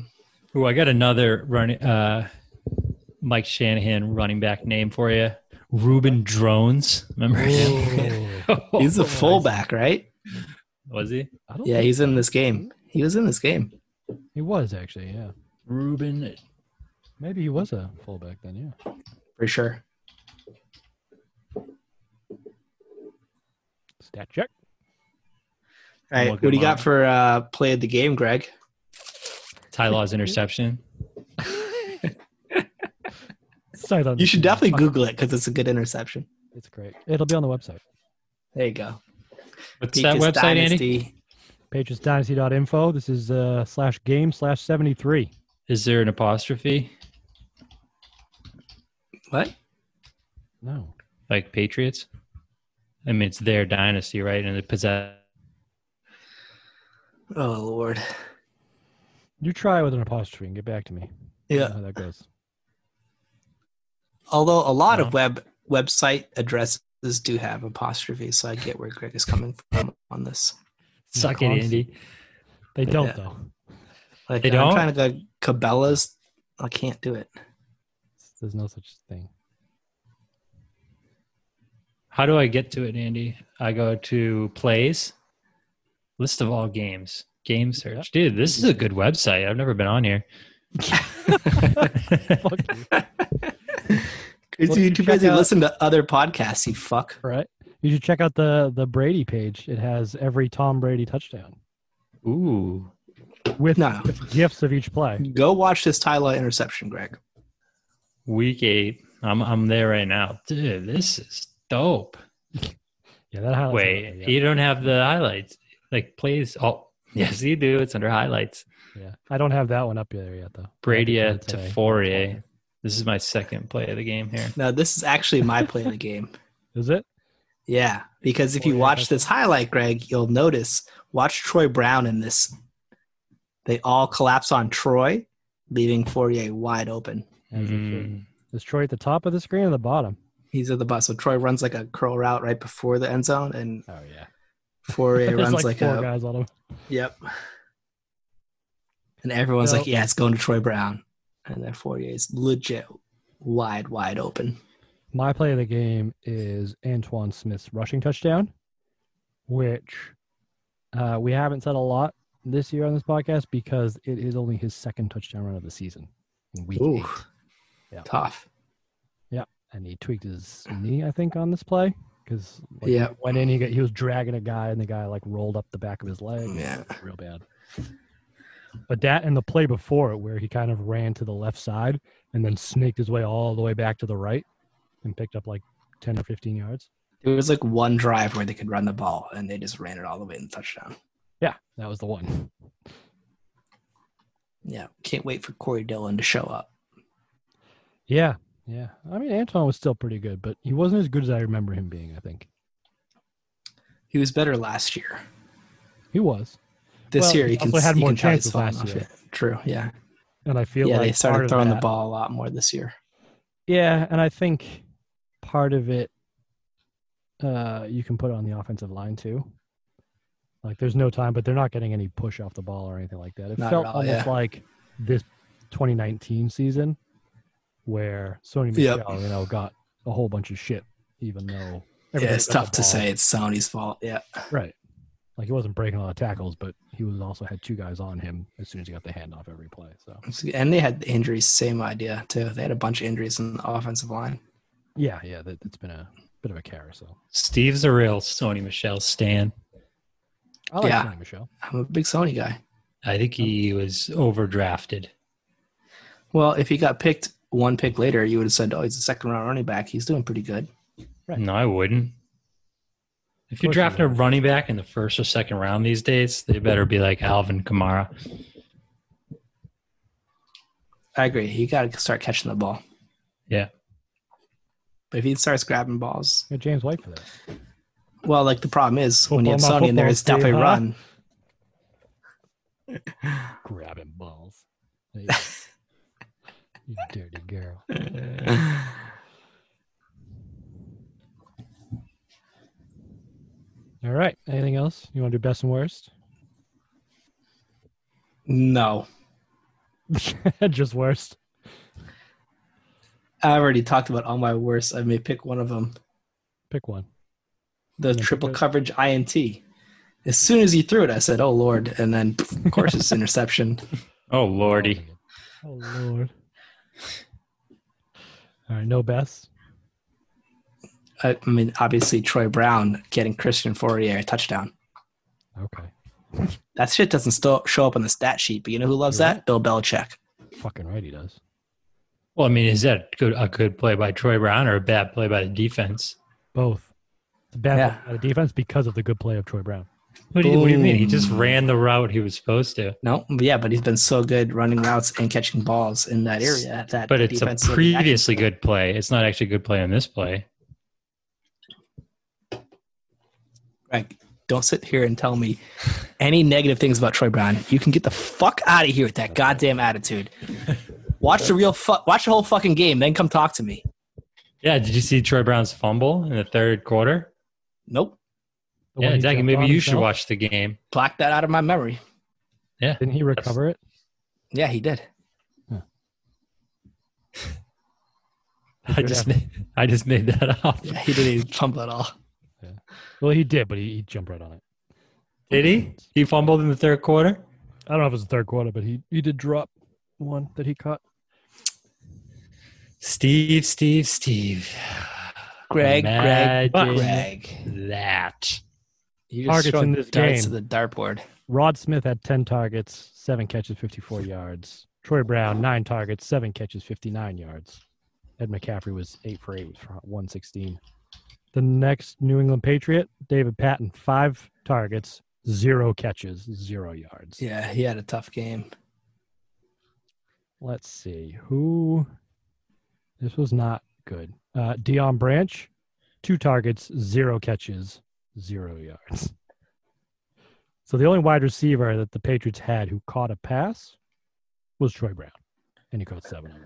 Speaker 3: Ooh, I got another running uh, Mike Shanahan running back name for you. Ruben Drones. Remember him?
Speaker 4: He's a fullback, right?
Speaker 3: Was he?
Speaker 2: I don't
Speaker 4: Yeah,
Speaker 2: think
Speaker 4: he's in this game. He was in this game.
Speaker 2: he was actually. Yeah.
Speaker 3: Ruben.
Speaker 2: Maybe he was a fullback then. Yeah.
Speaker 4: For sure.
Speaker 2: Stat check.
Speaker 3: I'm
Speaker 4: All right.
Speaker 3: looking
Speaker 4: What do you
Speaker 3: him up.
Speaker 4: got for uh, play of the game, Greg?
Speaker 3: Ty Law's interception.
Speaker 2: Sight on
Speaker 4: You should definitely
Speaker 2: Google.
Speaker 4: Google it because it's a good interception.
Speaker 2: It's great. It'll be on the website.
Speaker 4: There you go.
Speaker 3: What's that
Speaker 4: Peaches
Speaker 3: website, Andy?
Speaker 4: Dynasty.
Speaker 2: PatriotsDynasty.info. This is uh, slash game slash 73.
Speaker 3: Is there an apostrophe?
Speaker 4: What?
Speaker 2: No.
Speaker 3: Like Patriots? I mean, it's their dynasty, right? And it possess.
Speaker 4: Oh Lord.
Speaker 2: You try with an apostrophe and get back to me. I don't
Speaker 4: Yeah.
Speaker 2: know How that goes.
Speaker 4: Although a lot of
Speaker 3: No.
Speaker 4: web website addresses do have apostrophes, so I get where Greg is coming from on this.
Speaker 3: Suck it, Andy.
Speaker 2: They don't
Speaker 4: Yeah.
Speaker 2: though.
Speaker 4: Like
Speaker 3: They
Speaker 4: I'm
Speaker 3: don't?
Speaker 4: trying to go Cabela's. I can't do it.
Speaker 2: There's no such thing.
Speaker 3: How do I get to it, Andy? I go to plays, list of all games, game search. Dude, this is a good website. I've never been on here.
Speaker 2: Fuck you.
Speaker 4: Crazy,
Speaker 2: Well, you
Speaker 4: you're too
Speaker 2: check
Speaker 4: busy
Speaker 2: out-
Speaker 4: listening to other podcasts, you fuck.
Speaker 2: All right. You should check out the the Brady page. It has every Tom Brady touchdown
Speaker 3: Ooh.
Speaker 2: with
Speaker 4: No.
Speaker 2: gifts of each play.
Speaker 4: Go watch this Tyler interception, Greg.
Speaker 3: Week eight. I'm I'm there right now. Dude, this is dope.
Speaker 2: Yeah, that highlights.
Speaker 3: Wait,
Speaker 2: everything, yeah.
Speaker 3: you don't have the highlights. Like plays. Oh, yes, you do. It's under highlights.
Speaker 2: Yeah. I don't have that one up there yet though.
Speaker 3: Brady
Speaker 2: I'll get
Speaker 3: to
Speaker 2: it today.
Speaker 3: Fourier. This is my second play of the game here.
Speaker 4: No, this is actually my play of the game.
Speaker 2: Is it?
Speaker 4: Yeah, because if
Speaker 2: Oh,
Speaker 4: you
Speaker 2: yeah,
Speaker 4: watch
Speaker 2: that's-
Speaker 4: this highlight, Greg, you'll notice. Watch Troy Brown in this. They all collapse on Troy, leaving Fourier wide open.
Speaker 2: As it should.
Speaker 3: Mm.
Speaker 2: Is Troy at the top of the screen or the bottom?
Speaker 4: He's at the bus. So Troy runs like a curl route right before the end zone, and
Speaker 2: Oh yeah.
Speaker 4: Fourier
Speaker 2: There's
Speaker 4: runs
Speaker 2: like,
Speaker 4: like,
Speaker 2: four
Speaker 4: a
Speaker 2: guys on him.
Speaker 4: Yep. And everyone's
Speaker 2: So-
Speaker 4: like, yeah, it's going to Troy Brown. And then Fourier is legit wide, wide open.
Speaker 2: My play of the game is Antoine Smith's rushing touchdown, which uh, we haven't said a lot this year on this podcast because it is only his second touchdown run of the season. in Week
Speaker 4: Ooh.
Speaker 2: eight. Yeah.
Speaker 4: Tough.
Speaker 2: And he tweaked his knee, I think, on this play because
Speaker 4: Yeah.
Speaker 2: went in, he, got, he was dragging a guy, and the guy like rolled up the back of his leg.
Speaker 4: Yeah.
Speaker 2: real bad. But that and the play before it, where he kind of ran to the left side and then snaked his way all the way back to the right and picked up like 10 or 15 yards.
Speaker 4: There was like one drive where they could run the ball and they just ran it all the way in the touchdown.
Speaker 2: Yeah, that was the one.
Speaker 4: Yeah. Can't wait for Corey Dillon to show up.
Speaker 2: Yeah, yeah. I mean, Antoine was still pretty good, but he wasn't as good as I remember him being. I think.
Speaker 4: He was better last year.
Speaker 2: He was,
Speaker 4: This
Speaker 2: Well,
Speaker 4: year,
Speaker 2: he
Speaker 4: you can,
Speaker 2: also had
Speaker 4: you
Speaker 2: more
Speaker 4: can tell he's
Speaker 2: chances
Speaker 4: fallen
Speaker 2: last
Speaker 4: off
Speaker 2: year.
Speaker 4: it. True. Yeah.
Speaker 2: and I feel
Speaker 4: yeah,
Speaker 2: like
Speaker 4: they
Speaker 2: part
Speaker 4: started
Speaker 2: of
Speaker 4: throwing
Speaker 2: that-
Speaker 4: the ball a lot more this year.
Speaker 2: Yeah, and I think part of it uh you can put on the offensive line too. Like there's no time, but they're not getting any push off the ball or anything like that. It
Speaker 4: Not at
Speaker 2: felt
Speaker 4: all,
Speaker 2: almost
Speaker 4: yeah.
Speaker 2: like this 2019 season where Sony
Speaker 4: Yep.
Speaker 2: Michelle, you know, got a whole bunch of shit, even though
Speaker 4: Yeah,
Speaker 2: everybody
Speaker 4: it's
Speaker 2: got the
Speaker 4: tough to
Speaker 2: ball.
Speaker 4: say it's Sony's fault. Yeah.
Speaker 2: Right. Like he wasn't breaking a lot of tackles, but he was also had two guys on him as soon as he got the handoff every play. So
Speaker 4: And they had injuries, same idea too. They had a bunch of injuries in the offensive line.
Speaker 2: yeah, yeah, that, that's been a bit of a carousel.
Speaker 3: Steve's a real Sony Michelle stan.
Speaker 2: I like
Speaker 4: Yeah.
Speaker 2: Sony Michelle.
Speaker 4: I'm a big Sony guy.
Speaker 3: I think he was overdrafted.
Speaker 4: Well, if he got picked one pick later, you would have said, "Oh, he's a second round running back. He's doing pretty good."
Speaker 2: Right.
Speaker 3: No, I wouldn't. If you're
Speaker 2: Of course you
Speaker 3: drafting a
Speaker 2: would.
Speaker 3: running back in the first or second round these days, they better be like Alvin Kamara.
Speaker 4: I agree. He got to start catching the ball.
Speaker 3: Yeah.
Speaker 4: But if he starts grabbing balls,
Speaker 2: Yeah, James White for that.
Speaker 4: well, like the problem is when you have
Speaker 2: Football, my
Speaker 4: Sony in there,
Speaker 2: football,
Speaker 4: it's definitely
Speaker 2: Steve, huh?
Speaker 4: run.
Speaker 2: grabbing balls. There you go. You dirty girl. All right. Anything else? You want to do best and worst?
Speaker 4: no,
Speaker 2: Just worst.
Speaker 4: I already talked about all my worst. I may pick one of them.
Speaker 2: Pick one.
Speaker 4: The
Speaker 2: pick
Speaker 4: triple
Speaker 2: it.
Speaker 4: coverage INT. As soon as he threw it, I said, "Oh Lord!" And then, of course, it's interception.
Speaker 3: Oh lordy.
Speaker 2: Oh lord. All right. No best.
Speaker 4: I I mean, obviously, Troy Brown getting Christian Fourier a touchdown.
Speaker 2: Okay.
Speaker 4: That shit doesn't still show up on the stat sheet, but you know who loves
Speaker 2: You're
Speaker 4: that? Bill Belichick.
Speaker 2: Fucking right. He does.
Speaker 3: Well, I mean, is that good, a good play by Troy Brown or a bad play by the defense?
Speaker 2: Both. It's a bad
Speaker 4: Yeah.
Speaker 2: play by the defense because of the good play of Troy Brown.
Speaker 3: What do, you, what do you mean? He just
Speaker 4: Boom.
Speaker 3: ran the route he was supposed to.
Speaker 4: No, but yeah, but he's been so good running routes and catching balls in that area. That
Speaker 3: But
Speaker 4: the
Speaker 3: it's a
Speaker 4: defense didn't
Speaker 3: previously
Speaker 4: actually-
Speaker 3: good play. It's not actually a good play on this play.
Speaker 4: Greg, don't sit here and tell me any negative things about Troy Brown. You can get the fuck out of here with that goddamn attitude. Watch the real fu- watch the whole fucking game, then come talk to me.
Speaker 3: Yeah, did you see Troy Brown's fumble in the third quarter?
Speaker 4: Nope,
Speaker 2: The one
Speaker 3: yeah,
Speaker 2: he
Speaker 3: Jackie,
Speaker 2: jumped
Speaker 3: maybe
Speaker 2: on
Speaker 3: you should
Speaker 2: himself?
Speaker 3: watch the game.
Speaker 4: block that out of my memory.
Speaker 2: Didn't he recover it?
Speaker 4: Yeah, he did.
Speaker 3: I just made, I just made that up.
Speaker 4: Yeah, he didn't even fumble at all.
Speaker 2: Well, he did, but he, he jumped right on it.
Speaker 3: Did he? He fumbled in the third quarter?
Speaker 2: I don't know if it was the third quarter, but he, he did drop one that he caught.
Speaker 3: Steve, Steve, Steve.
Speaker 4: Greg, Greg,
Speaker 3: Imagine
Speaker 4: Greg.
Speaker 3: That.
Speaker 4: You
Speaker 2: Targets
Speaker 4: throwing
Speaker 2: in this
Speaker 4: darts
Speaker 2: game.
Speaker 4: to the dartboard.
Speaker 2: Rod Smith had 10 targets, seven catches, 54 yards. Troy Brown, nine targets, seven catches, 59 yards. Ed McCaffrey was eight for eight for 116. The next New England Patriot, David Patton, five targets, zero catches, zero yards.
Speaker 4: Yeah, he had a tough game.
Speaker 2: Let's see who. This was not good. Uh, Dion Branch, two targets, zero catches, zero yards. So the only wide receiver that the Patriots had who caught a pass was Troy Brown, and he caught seven of them.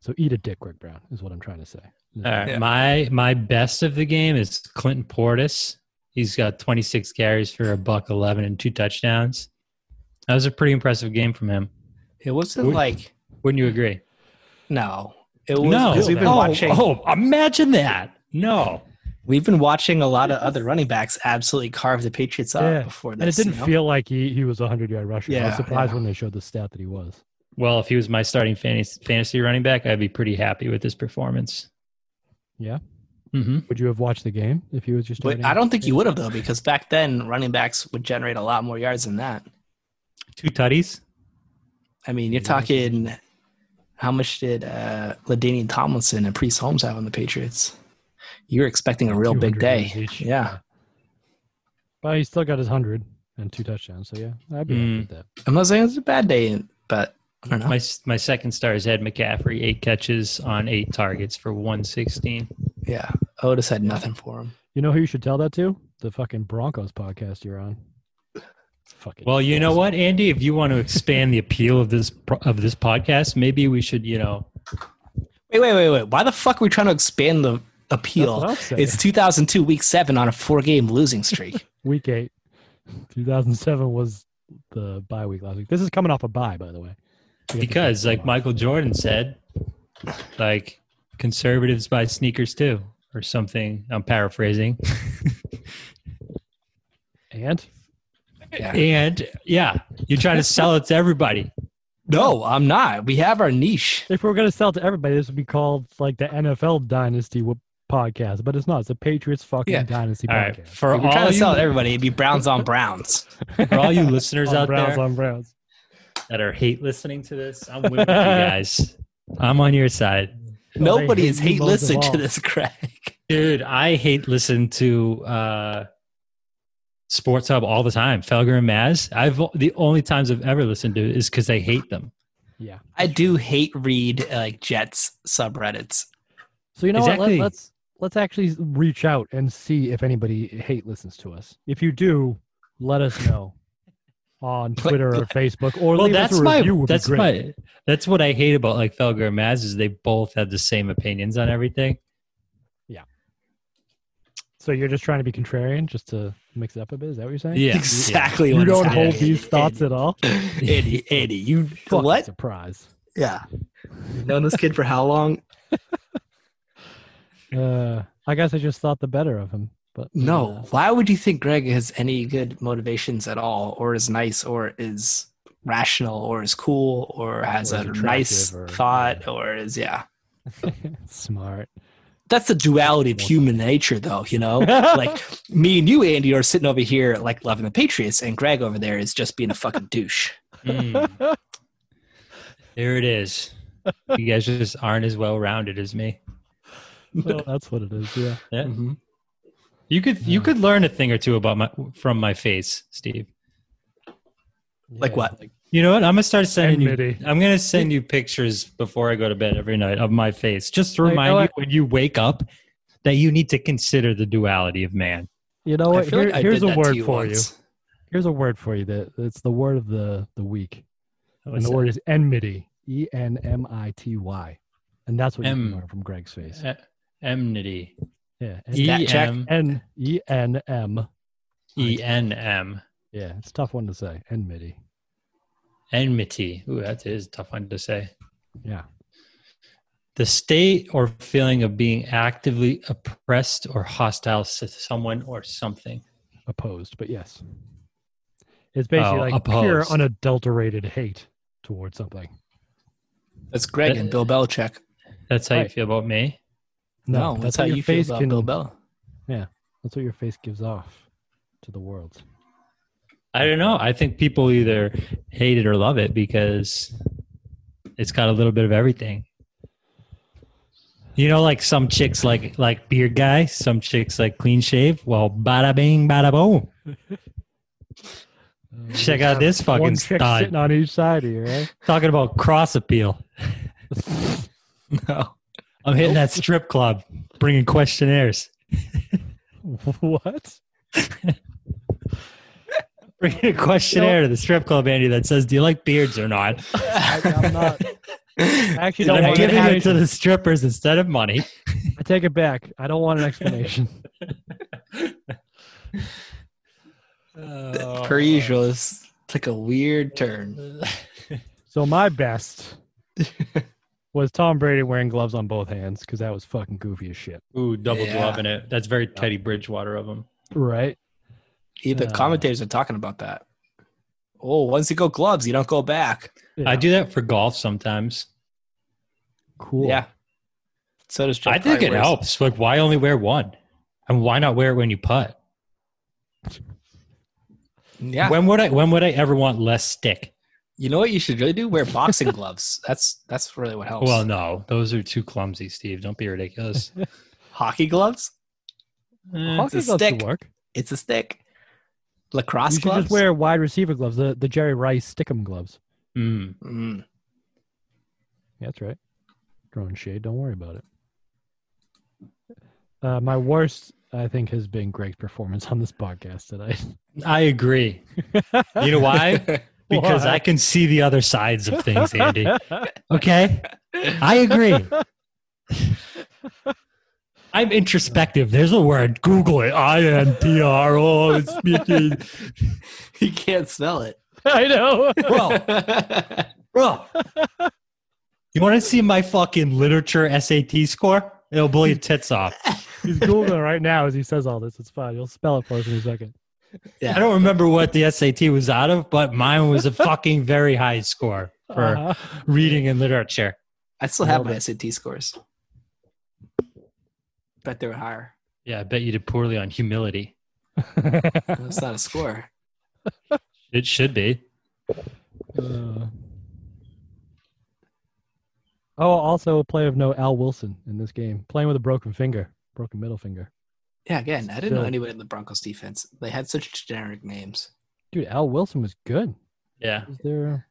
Speaker 2: So eat a dick, Greg Brown, is what I'm trying to say.
Speaker 3: All right.
Speaker 4: Yeah.
Speaker 3: My my best of the game is Clinton Portis. He's got 26 carries for a buck 11 and two touchdowns. That was a pretty impressive game from him.
Speaker 4: It wasn't
Speaker 3: Would-
Speaker 4: like
Speaker 3: Wouldn't you agree?
Speaker 4: no. It was
Speaker 3: no.
Speaker 4: because we've been
Speaker 3: oh,
Speaker 4: watching.
Speaker 3: oh, imagine that. No.
Speaker 4: We've been watching a lot of other running backs absolutely carve the Patriots up
Speaker 2: Yeah.
Speaker 4: before
Speaker 2: And it
Speaker 4: this.
Speaker 2: didn't
Speaker 4: you know?
Speaker 2: feel like he, he was a 100 yard rusher. I was
Speaker 4: Yeah,
Speaker 2: surprised
Speaker 4: yeah.
Speaker 2: when they showed the stat that he was.
Speaker 3: Well, if he was my starting fantasy, fantasy running back, I'd be pretty happy with his performance.
Speaker 2: Yeah?
Speaker 3: Mm-hmm.
Speaker 2: Would you have watched the game if he was just?
Speaker 4: But I don't think you would have though, because back then running backs would generate a lot more yards than that.
Speaker 3: Two tutties.
Speaker 4: I mean, you're
Speaker 2: Yeah.
Speaker 4: talking how much did uh Ladanian Tomlinson and Priest Holmes have on the Patriots? You were expecting a real big
Speaker 2: 200
Speaker 4: day.
Speaker 2: yards each.
Speaker 4: Yeah.
Speaker 2: But he still got his hundred and two touchdowns. So yeah, I'd be happy
Speaker 3: Mm.
Speaker 2: with that.
Speaker 4: I'm not saying it's a bad day, but I don't know.
Speaker 3: My my second star is Ed McCaffrey, eight catches on eight targets for 116.
Speaker 4: yeah. Otis had nothing for him.
Speaker 2: You know who you should tell that to? The fucking Broncos podcast you're on.
Speaker 5: Fucking
Speaker 3: Well, you know
Speaker 5: awesome.
Speaker 3: what, Andy? If you want to expand the appeal of this pro- of this podcast, maybe we should, you know,
Speaker 4: Wait, wait, wait, wait. Why the fuck are we trying to expand the
Speaker 5: That's
Speaker 4: appeal?
Speaker 5: what I'm saying.
Speaker 4: It's 2002, week seven on a four game losing streak.
Speaker 2: Week eight, 2007 was the bye week last week. This is coming off a bye, by the way. We got the
Speaker 3: because
Speaker 2: bye
Speaker 3: like
Speaker 2: off.
Speaker 3: Michael Jordan said, like conservatives buy sneakers too, or something. I'm paraphrasing.
Speaker 2: and
Speaker 3: and yeah, you're trying to sell it to everybody.
Speaker 4: no, I'm not. We have our niche.
Speaker 2: if we we're gonna sell to everybody, this would be called like the NFL Dynasty w- podcast, but it's not. It's a Patriots fucking
Speaker 4: Yeah.
Speaker 2: Dynasty
Speaker 3: All right,
Speaker 2: podcast.
Speaker 3: for
Speaker 4: If we're
Speaker 3: all
Speaker 4: trying to
Speaker 3: you,
Speaker 4: sell it to everybody. It'd be Browns on Browns.
Speaker 3: for all you listeners
Speaker 2: On
Speaker 3: out
Speaker 2: Browns,
Speaker 3: there
Speaker 2: on Browns.
Speaker 3: that are hate listening to this, I'm with you guys. I'm on your side.
Speaker 2: Well, they
Speaker 4: Nobody is
Speaker 2: hate you
Speaker 4: hate
Speaker 2: most of
Speaker 4: listening
Speaker 2: all.
Speaker 4: to this, Craig.
Speaker 3: Dude, I hate listen to uh Sports Hub all the time. Felger and Maz. I've the only times I've ever listened to it is because I hate them.
Speaker 2: Yeah.
Speaker 4: I do hate read uh, like Jets subreddits.
Speaker 2: So you know what?
Speaker 3: Exactly.
Speaker 2: Let, let's let's actually reach out and see if anybody hate listens to us. If you do, let us know on
Speaker 4: Pla-
Speaker 2: Twitter or Facebook or
Speaker 3: Well,
Speaker 2: leave us
Speaker 3: that's
Speaker 2: a
Speaker 3: my
Speaker 2: review. would be
Speaker 3: that's
Speaker 2: great.
Speaker 3: my that's what I hate about like Felger and Maz is they both have the same opinions on everything.
Speaker 2: So you're just trying to be contrarian, just to mix it up a bit. Is that what you're saying?
Speaker 3: Yeah,
Speaker 4: exactly.
Speaker 2: You
Speaker 4: what is
Speaker 2: don't hold
Speaker 4: happening.
Speaker 2: these thoughts at all.
Speaker 4: Eddie, Eddie, Eddie, you
Speaker 2: Fucking
Speaker 4: what?
Speaker 2: surprise?
Speaker 4: Yeah. You've known this kid for how long?
Speaker 2: Uh, I guess I just thought the better of him. But
Speaker 4: No. Why would you think Greg has any good motivations at all, or is nice, or is rational, or is cool, or has
Speaker 2: Or is
Speaker 4: a
Speaker 2: attractive,
Speaker 4: nice
Speaker 2: or-
Speaker 4: thought, or is, yeah.
Speaker 2: smart.
Speaker 4: That's the duality of human nature, though, you know? like, me and you, Andy, are sitting over here, like, loving the Patriots, and Greg over there is just being a fucking douche.
Speaker 3: Mm. there it is. You guys just aren't as well rounded as me.
Speaker 2: Oh, that's what it is. Yeah.
Speaker 3: Yeah.
Speaker 2: Mm-hmm.
Speaker 3: You could
Speaker 2: Mm.
Speaker 3: you could learn a thing or two about my from my face, Steve.
Speaker 4: Like
Speaker 2: Yeah.
Speaker 4: what?
Speaker 3: You know what? I'm gonna start sending you.
Speaker 2: Enmity.
Speaker 3: I'm gonna send you pictures before I go to bed every night of my face, just to
Speaker 2: Like,
Speaker 3: remind
Speaker 2: oh,
Speaker 3: you
Speaker 2: I-
Speaker 3: when you wake up that you need to consider the duality of man.
Speaker 2: You know
Speaker 4: I
Speaker 2: what?
Speaker 4: feel
Speaker 2: Here-
Speaker 4: like I
Speaker 2: here's
Speaker 4: did
Speaker 2: a
Speaker 4: that to
Speaker 2: word
Speaker 4: you
Speaker 2: for
Speaker 4: once.
Speaker 2: you. Here's a word for you. That it's the word of the the week, and
Speaker 3: What's
Speaker 2: the
Speaker 3: that?
Speaker 2: word is enmity. E N M I T Y, and that's what you
Speaker 3: Em-
Speaker 2: can learn from Greg's face.
Speaker 3: E- Enmity.
Speaker 2: Yeah.
Speaker 3: E
Speaker 4: that check?
Speaker 3: M
Speaker 2: N E N M.
Speaker 3: E N M.
Speaker 2: Yeah, it's a tough one to say. Enmity.
Speaker 3: Enmity. Ooh, that is a tough one to say.
Speaker 2: Yeah.
Speaker 3: The state or feeling of being actively oppressed or hostile to someone or something.
Speaker 2: opposed, but yes. It's basically
Speaker 3: Oh,
Speaker 2: like pure
Speaker 3: opposed.
Speaker 2: unadulterated hate towards something.
Speaker 4: That's Greg and Bill Belichick.
Speaker 3: That's how you
Speaker 2: Right.
Speaker 3: feel about me.
Speaker 4: No, that's, how
Speaker 2: what
Speaker 4: you feel about Bill Bell.
Speaker 2: That's what your face gives off to the world.
Speaker 3: I don't know. I think people either hate it or love it because it's got a little bit of everything. You know, like some chicks like like beard guy, some chicks like clean shave. Well, bada bing, bada boom.
Speaker 2: Um,
Speaker 3: Check out this
Speaker 2: one
Speaker 3: fucking
Speaker 2: chick
Speaker 3: stud.
Speaker 2: sitting on each side of you, right?
Speaker 3: Talking about cross appeal.
Speaker 4: No.
Speaker 3: I'm hitting that strip club, bringing questionnaires,
Speaker 2: what?
Speaker 3: bringing a questionnaire to the strip club, Andy, that says, "Do you like beards or not?"
Speaker 2: I, I'm not. I actually don't
Speaker 3: And I'm
Speaker 2: want an
Speaker 3: giving it to
Speaker 2: explanation.
Speaker 3: the strippers instead of money.
Speaker 2: I take it back. I don't want an explanation. Uh,
Speaker 3: Oh.
Speaker 4: per usual, it's took a weird turn.
Speaker 2: so my best was Tom Brady wearing gloves on both hands because that was fucking goofy as shit,
Speaker 3: Ooh, double
Speaker 4: Yeah.
Speaker 3: gloving it. That's very Teddy Bridgewater of him.
Speaker 2: right?
Speaker 4: Either
Speaker 2: Uh,
Speaker 4: commentators are talking about that. Oh, once you go gloves, you don't go back.
Speaker 2: Yeah.
Speaker 3: I do that for golf sometimes.
Speaker 2: cool.
Speaker 4: Yeah. So does Joe
Speaker 3: I think
Speaker 4: Fry
Speaker 3: it
Speaker 4: wears-
Speaker 3: helps. Like, why only wear one? And why not wear it when you putt?
Speaker 4: Yeah.
Speaker 3: When would I? When would I ever want less stick?
Speaker 4: You know what you should really do? Wear boxing gloves. That's that's really what helps.
Speaker 3: Well, no, those are too clumsy, Steve. Don't be ridiculous.
Speaker 4: hockey gloves.
Speaker 3: Eh,
Speaker 2: Uh, Hockey
Speaker 4: Mm, It's a
Speaker 2: gloves could
Speaker 4: stick.
Speaker 2: work.
Speaker 4: It's a stick. Lacrosse
Speaker 2: you should
Speaker 4: gloves.
Speaker 2: just wear wide receiver gloves, the, the Jerry Rice stickum gloves.
Speaker 3: mm.
Speaker 4: Mm.
Speaker 2: Yeah, that's right. Throwing shade, don't worry about it. Uh, my worst I think, has been Greg's performance on this podcast tonight.
Speaker 3: I agree. You know why? Because I can see the other sides of things, Andy. Okay. I agree. I'm introspective. There's a word. Google it. I N T R O. It's speaking.
Speaker 4: He can't smell it.
Speaker 2: I know.
Speaker 3: Bro, bro. You want to see my fucking literature SAT score? It'll blow your tits off.
Speaker 2: He's Googling right now as he says all this. It's fine. You'll spell it for us in a second.
Speaker 3: I don't remember what the SAT was out of, but mine was a fucking very high score for
Speaker 2: Uh-huh.
Speaker 3: reading and literature.
Speaker 4: I still have
Speaker 2: Nailed
Speaker 4: my SAT scores. Bet they were higher.
Speaker 3: Yeah, I bet you did poorly on humility.
Speaker 2: Uh-huh.
Speaker 4: That's not a score.
Speaker 3: It should be.
Speaker 2: Uh, oh, also a play of no Al Wilson in this game, playing with a broken finger, broken middle finger.
Speaker 4: Yeah, again, I didn't know
Speaker 2: Still.
Speaker 4: anybody in the Broncos defense. They had such generic names.
Speaker 2: Dude, Al Wilson was good.
Speaker 3: Yeah.
Speaker 2: He was there?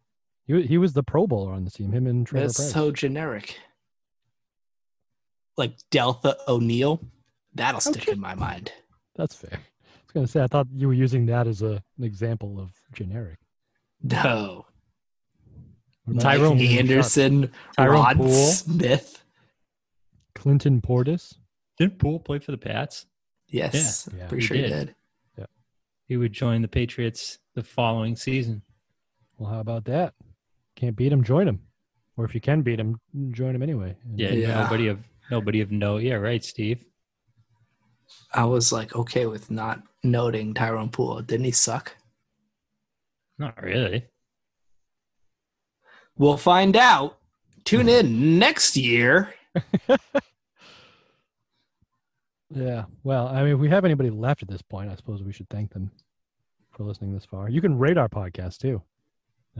Speaker 2: He wa- he was the Pro Bowler on the team. Him and Trevor
Speaker 4: That's
Speaker 2: Price.
Speaker 4: so generic. Like Delta O'Neill, that'll stick
Speaker 2: Okay.
Speaker 4: in my mind.
Speaker 2: That's fair. I was gonna say I thought you were using that as a, an example of generic.
Speaker 4: No,
Speaker 2: What about
Speaker 4: Mike
Speaker 3: Tyrone
Speaker 4: Anderson,
Speaker 3: Tyrone
Speaker 4: Rod
Speaker 3: Poole.
Speaker 4: Smith.
Speaker 2: Clinton Portis.
Speaker 3: Didn't Poole play for the Pats?
Speaker 4: Yes,
Speaker 2: Yeah,
Speaker 4: pretty
Speaker 3: he
Speaker 4: sure he
Speaker 3: did.
Speaker 4: did.
Speaker 3: He would join the Patriots the following season.
Speaker 2: Well, how about that? Can't beat him, join him. Or if you can beat him, join him anyway. And-
Speaker 3: Yeah,
Speaker 4: Yeah.
Speaker 3: nobody of nobody of no. Yeah, right, Steve.
Speaker 4: I was like okay with not noting Tyrone Poole. Didn't he suck?
Speaker 3: Not really.
Speaker 4: We'll find out. Tune in next year.
Speaker 2: Yeah. Well, I mean, if we have anybody left at this point, I suppose we should thank them for listening this far. You can rate our podcast too,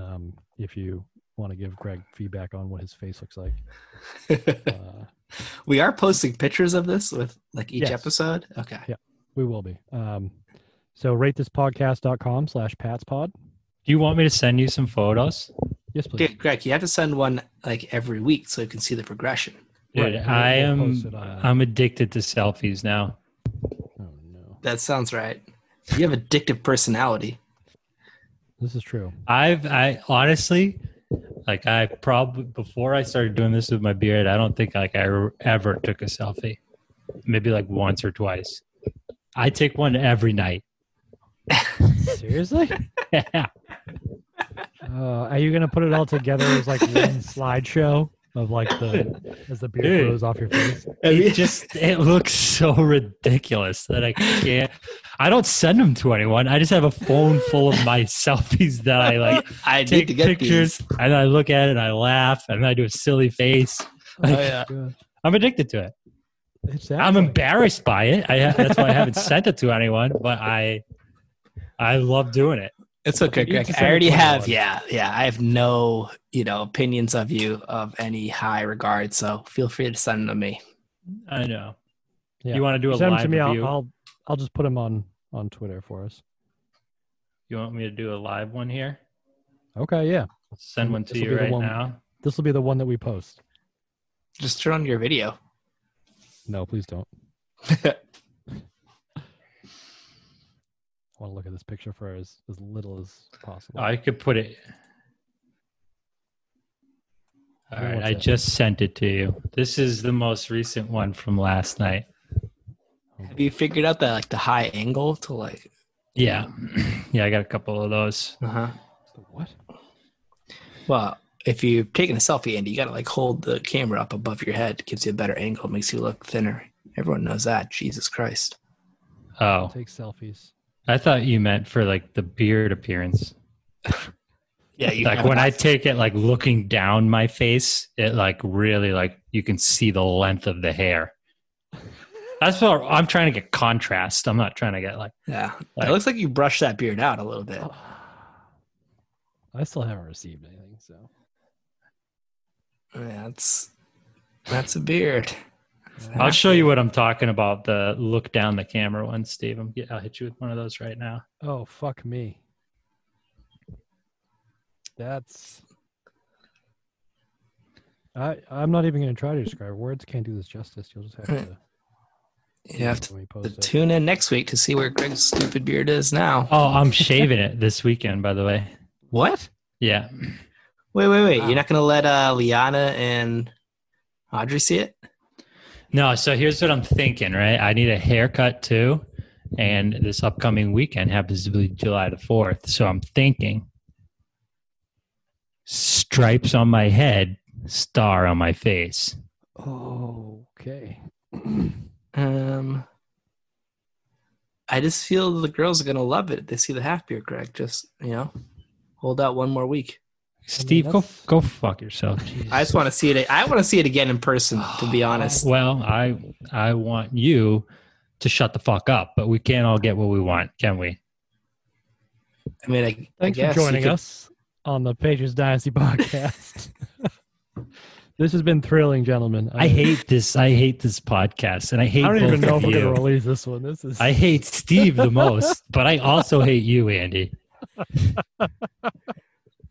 Speaker 2: um, if you want to give Greg feedback on what his face looks like. Uh,
Speaker 4: we are posting pictures of this with like each
Speaker 2: Yes.
Speaker 4: episode. Okay.
Speaker 2: we will be. Um, so rate this podcast.com slash patspod.
Speaker 3: Do you want me to send you some photos?
Speaker 2: Yes, please.
Speaker 4: Dude, Greg, you have to send one like every week so you can see the progression.
Speaker 2: Right,
Speaker 3: Dude, I
Speaker 2: we'll
Speaker 3: am
Speaker 2: post it on-
Speaker 3: I'm addicted to selfies now.
Speaker 2: Oh, no.
Speaker 4: That sounds right. You have addictive personality.
Speaker 2: This is true.
Speaker 3: I've I honestly like I probably before I started doing this with my beard, I don't think like I re- ever took a selfie. Maybe like once or twice. I take one every night.
Speaker 2: Seriously?
Speaker 3: yeah.
Speaker 2: Uh, are you going to put it all together as like one slideshow of like the, as the beard
Speaker 3: Dude.
Speaker 2: grows off your face?
Speaker 3: It just it looks so ridiculous that I can't. I don't send them to anyone. I just have a phone full of my selfies that I like
Speaker 4: I need
Speaker 3: take
Speaker 4: to get
Speaker 3: pictures
Speaker 4: these.
Speaker 3: and I look at it and I laugh and I do a silly face.
Speaker 4: Oh, yeah.
Speaker 2: God.
Speaker 3: I'm addicted to it.
Speaker 2: It sounds
Speaker 3: I'm
Speaker 2: like-
Speaker 3: embarrassed by it. I, that's why I haven't sent it to anyone. But I, I love doing it.
Speaker 4: It's okay,
Speaker 2: You need
Speaker 4: Greg.
Speaker 2: to send
Speaker 4: I
Speaker 2: it
Speaker 4: already
Speaker 2: to
Speaker 4: have,
Speaker 2: everyone.
Speaker 4: yeah, yeah. I have no, you know, opinions of you of any high regard. So feel free to send them to me.
Speaker 3: I know.
Speaker 2: Yeah.
Speaker 3: You want to do a
Speaker 2: Send them
Speaker 3: live
Speaker 2: to me.
Speaker 3: review?
Speaker 2: I'll, I'll I'll just put them on on Twitter for us.
Speaker 3: you want me to do a live one here?
Speaker 2: Okay, yeah.
Speaker 3: Send one to
Speaker 2: This'll Mm, be
Speaker 3: you
Speaker 2: the
Speaker 3: right
Speaker 2: one-
Speaker 3: now.
Speaker 2: This will be the one that we post.
Speaker 4: Just turn on your video.
Speaker 2: No, please don't. I want to look at this picture for as as little as possible.
Speaker 3: I could put it. All
Speaker 2: Who
Speaker 3: right,
Speaker 2: wants
Speaker 3: I
Speaker 2: that?
Speaker 3: just sent it to you. This is the most recent one from last night.
Speaker 2: Oh,
Speaker 4: have you figured out that like the high angle to like?
Speaker 3: Yeah, yeah, I got a couple of those.
Speaker 4: Uh huh.
Speaker 2: what?
Speaker 4: Well, if you're taking a selfie, Andy, you gotta like hold the camera up above your head. Gives you a better angle, makes you look thinner. Everyone knows that. Jesus Christ.
Speaker 3: Oh,
Speaker 2: Take selfies.
Speaker 3: I thought you meant for like the beard appearance.
Speaker 4: Yeah, you
Speaker 3: Like when I take it, like looking down my face, it like really like you can see the length of the hair. That's what I'm trying to get contrast. I'm not trying to get like
Speaker 4: Yeah,
Speaker 3: Like-
Speaker 4: it looks like you brushed that beard out a little bit.
Speaker 2: Oh. I still haven't received anything, so
Speaker 4: That's that's a beard.
Speaker 3: I'll show you what I'm talking about. The look down the camera one, Steve. I'm, I'll hit you with one of those right now.
Speaker 2: oh fuck me. That's I I'm not even gonna try to describe. Words can't do this justice. You'll just have to
Speaker 4: You have to
Speaker 2: when we
Speaker 4: to
Speaker 2: post it.
Speaker 4: tune in next week to see where Greg's stupid beard is now.
Speaker 3: Oh, I'm shaving it this weekend, by the way.
Speaker 4: What?
Speaker 3: Yeah.
Speaker 4: Wait, wait, wait.
Speaker 1: Wow.
Speaker 4: You're not going to let uh, Liana and Audrey see it?
Speaker 3: No, so here's what I'm thinking, right? I need a haircut too. And this upcoming weekend happens to be July the 4th. So I'm thinking stripes on my head, star on my face.
Speaker 2: okay.
Speaker 4: Um, I just feel the girls are going to love it. They see the half beard, Greg. Just, you know, hold out one more week.
Speaker 3: Steve, go
Speaker 2: that's-
Speaker 3: go fuck yourself. Jesus.
Speaker 4: I just want to see it. I want to see it again in person, to be honest.
Speaker 3: Oh, Well, I I want you to shut the fuck up, but we can't all get what we want, can we?
Speaker 4: I mean, I, I
Speaker 2: Thanks for
Speaker 4: guess you
Speaker 2: joining
Speaker 4: could-
Speaker 2: us on the Pages Dynasty podcast. this has been thrilling, gentlemen.
Speaker 3: I hate this. I hate this podcast, and I
Speaker 2: I
Speaker 3: hate.
Speaker 2: don't
Speaker 3: both
Speaker 2: even know
Speaker 3: of
Speaker 2: if we're
Speaker 3: you.
Speaker 2: going to release this one. This is
Speaker 3: I hate Steve the most, but I also hate you, Andy.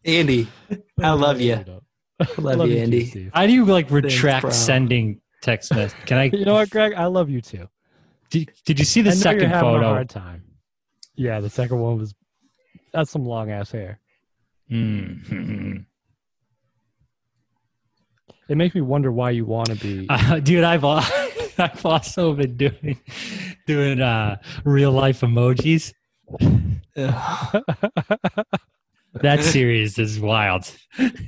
Speaker 4: Andy, I love you.
Speaker 2: Love,
Speaker 4: I love you,
Speaker 2: too,
Speaker 4: Andy.
Speaker 2: Steve.
Speaker 3: How do you like retract
Speaker 4: bro.
Speaker 3: sending text messages? Can I?
Speaker 2: You know what, Greg? I love you too.
Speaker 3: Did, did you see the
Speaker 2: I know you're
Speaker 3: second
Speaker 2: having a
Speaker 3: photo?
Speaker 2: hard time. Yeah, the second one was that's some long ass hair.
Speaker 3: Mm-hmm.
Speaker 2: It makes me wonder why you want to be.
Speaker 3: Uh, dude, I've al- I've also been doing doing uh, real life emojis.
Speaker 4: Ugh.
Speaker 3: That series is wild,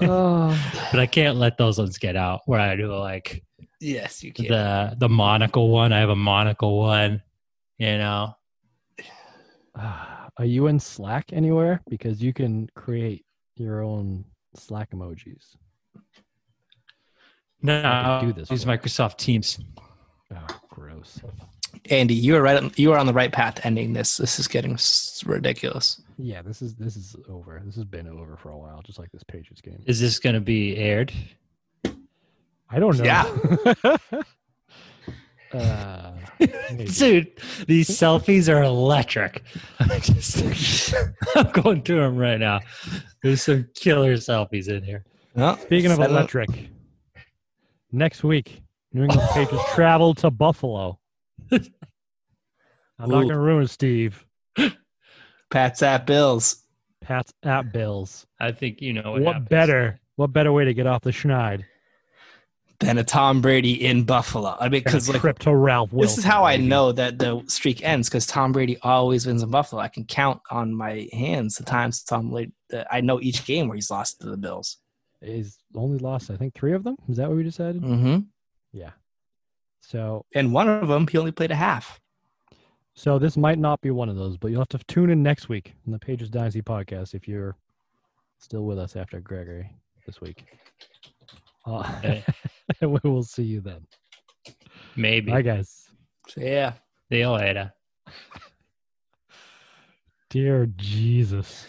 Speaker 2: Oh,
Speaker 3: but I can't let those ones get out. Where I do like
Speaker 4: yes, you can.
Speaker 3: the the monocle one. I have a monocle one. You know,
Speaker 2: ah, are you in Slack anywhere? Because you can create your own Slack emojis.
Speaker 3: no,
Speaker 2: I
Speaker 3: I
Speaker 2: could do
Speaker 3: do
Speaker 2: this
Speaker 3: this. Use
Speaker 2: one.
Speaker 3: Microsoft Teams.
Speaker 4: Ah,
Speaker 2: Oh, gross.
Speaker 4: Andy, you are right. on- You are on the right path. Ending this. This is getting s- ridiculous.
Speaker 2: Yeah, this is this is over. This has been over for a while, just like this Patriots game.
Speaker 3: Is this going to be aired?
Speaker 2: I don't know. Yeah. uh, maybe.
Speaker 3: Dude, these selfies are electric. I'm, just, I'm going through them right now. There's some killer selfies in here.
Speaker 4: Well,
Speaker 2: Speaking of
Speaker 4: set up-
Speaker 2: electric, next week, New England Patriots travel to Buffalo. I'm not
Speaker 4: Ooh.
Speaker 2: going to ruin it, Steve.
Speaker 4: Pat's at Bills.
Speaker 2: Pat's at Bills.
Speaker 3: I think you know
Speaker 4: Oh,
Speaker 2: What,
Speaker 3: what, happens.
Speaker 2: better? What better way to get off the schneid?
Speaker 4: Then a Tom Brady in Buffalo. I mean, because like
Speaker 2: trip to Ralph Wilson.
Speaker 4: this is how I
Speaker 2: baby.
Speaker 4: know that the streak ends because Tom Brady always wins in Buffalo. I can count on my hands the times Tom Brady. That I know each game where he's lost to the Bills.
Speaker 2: He's only lost, I think, three of them. Is that what we decided?
Speaker 4: Mm-hmm.
Speaker 2: Yeah. So,
Speaker 4: And one of them, he only played a half.
Speaker 2: so this might not be one of those, but you'll have to tune in next week on the Pages Dynasty podcast if you're still with us after Gregory this week. Uh,
Speaker 3: Okay.
Speaker 2: and we will see you then.
Speaker 3: Maybe.
Speaker 2: Bye, guys.
Speaker 4: So, yeah.
Speaker 3: See you later.
Speaker 2: Dear Jesus.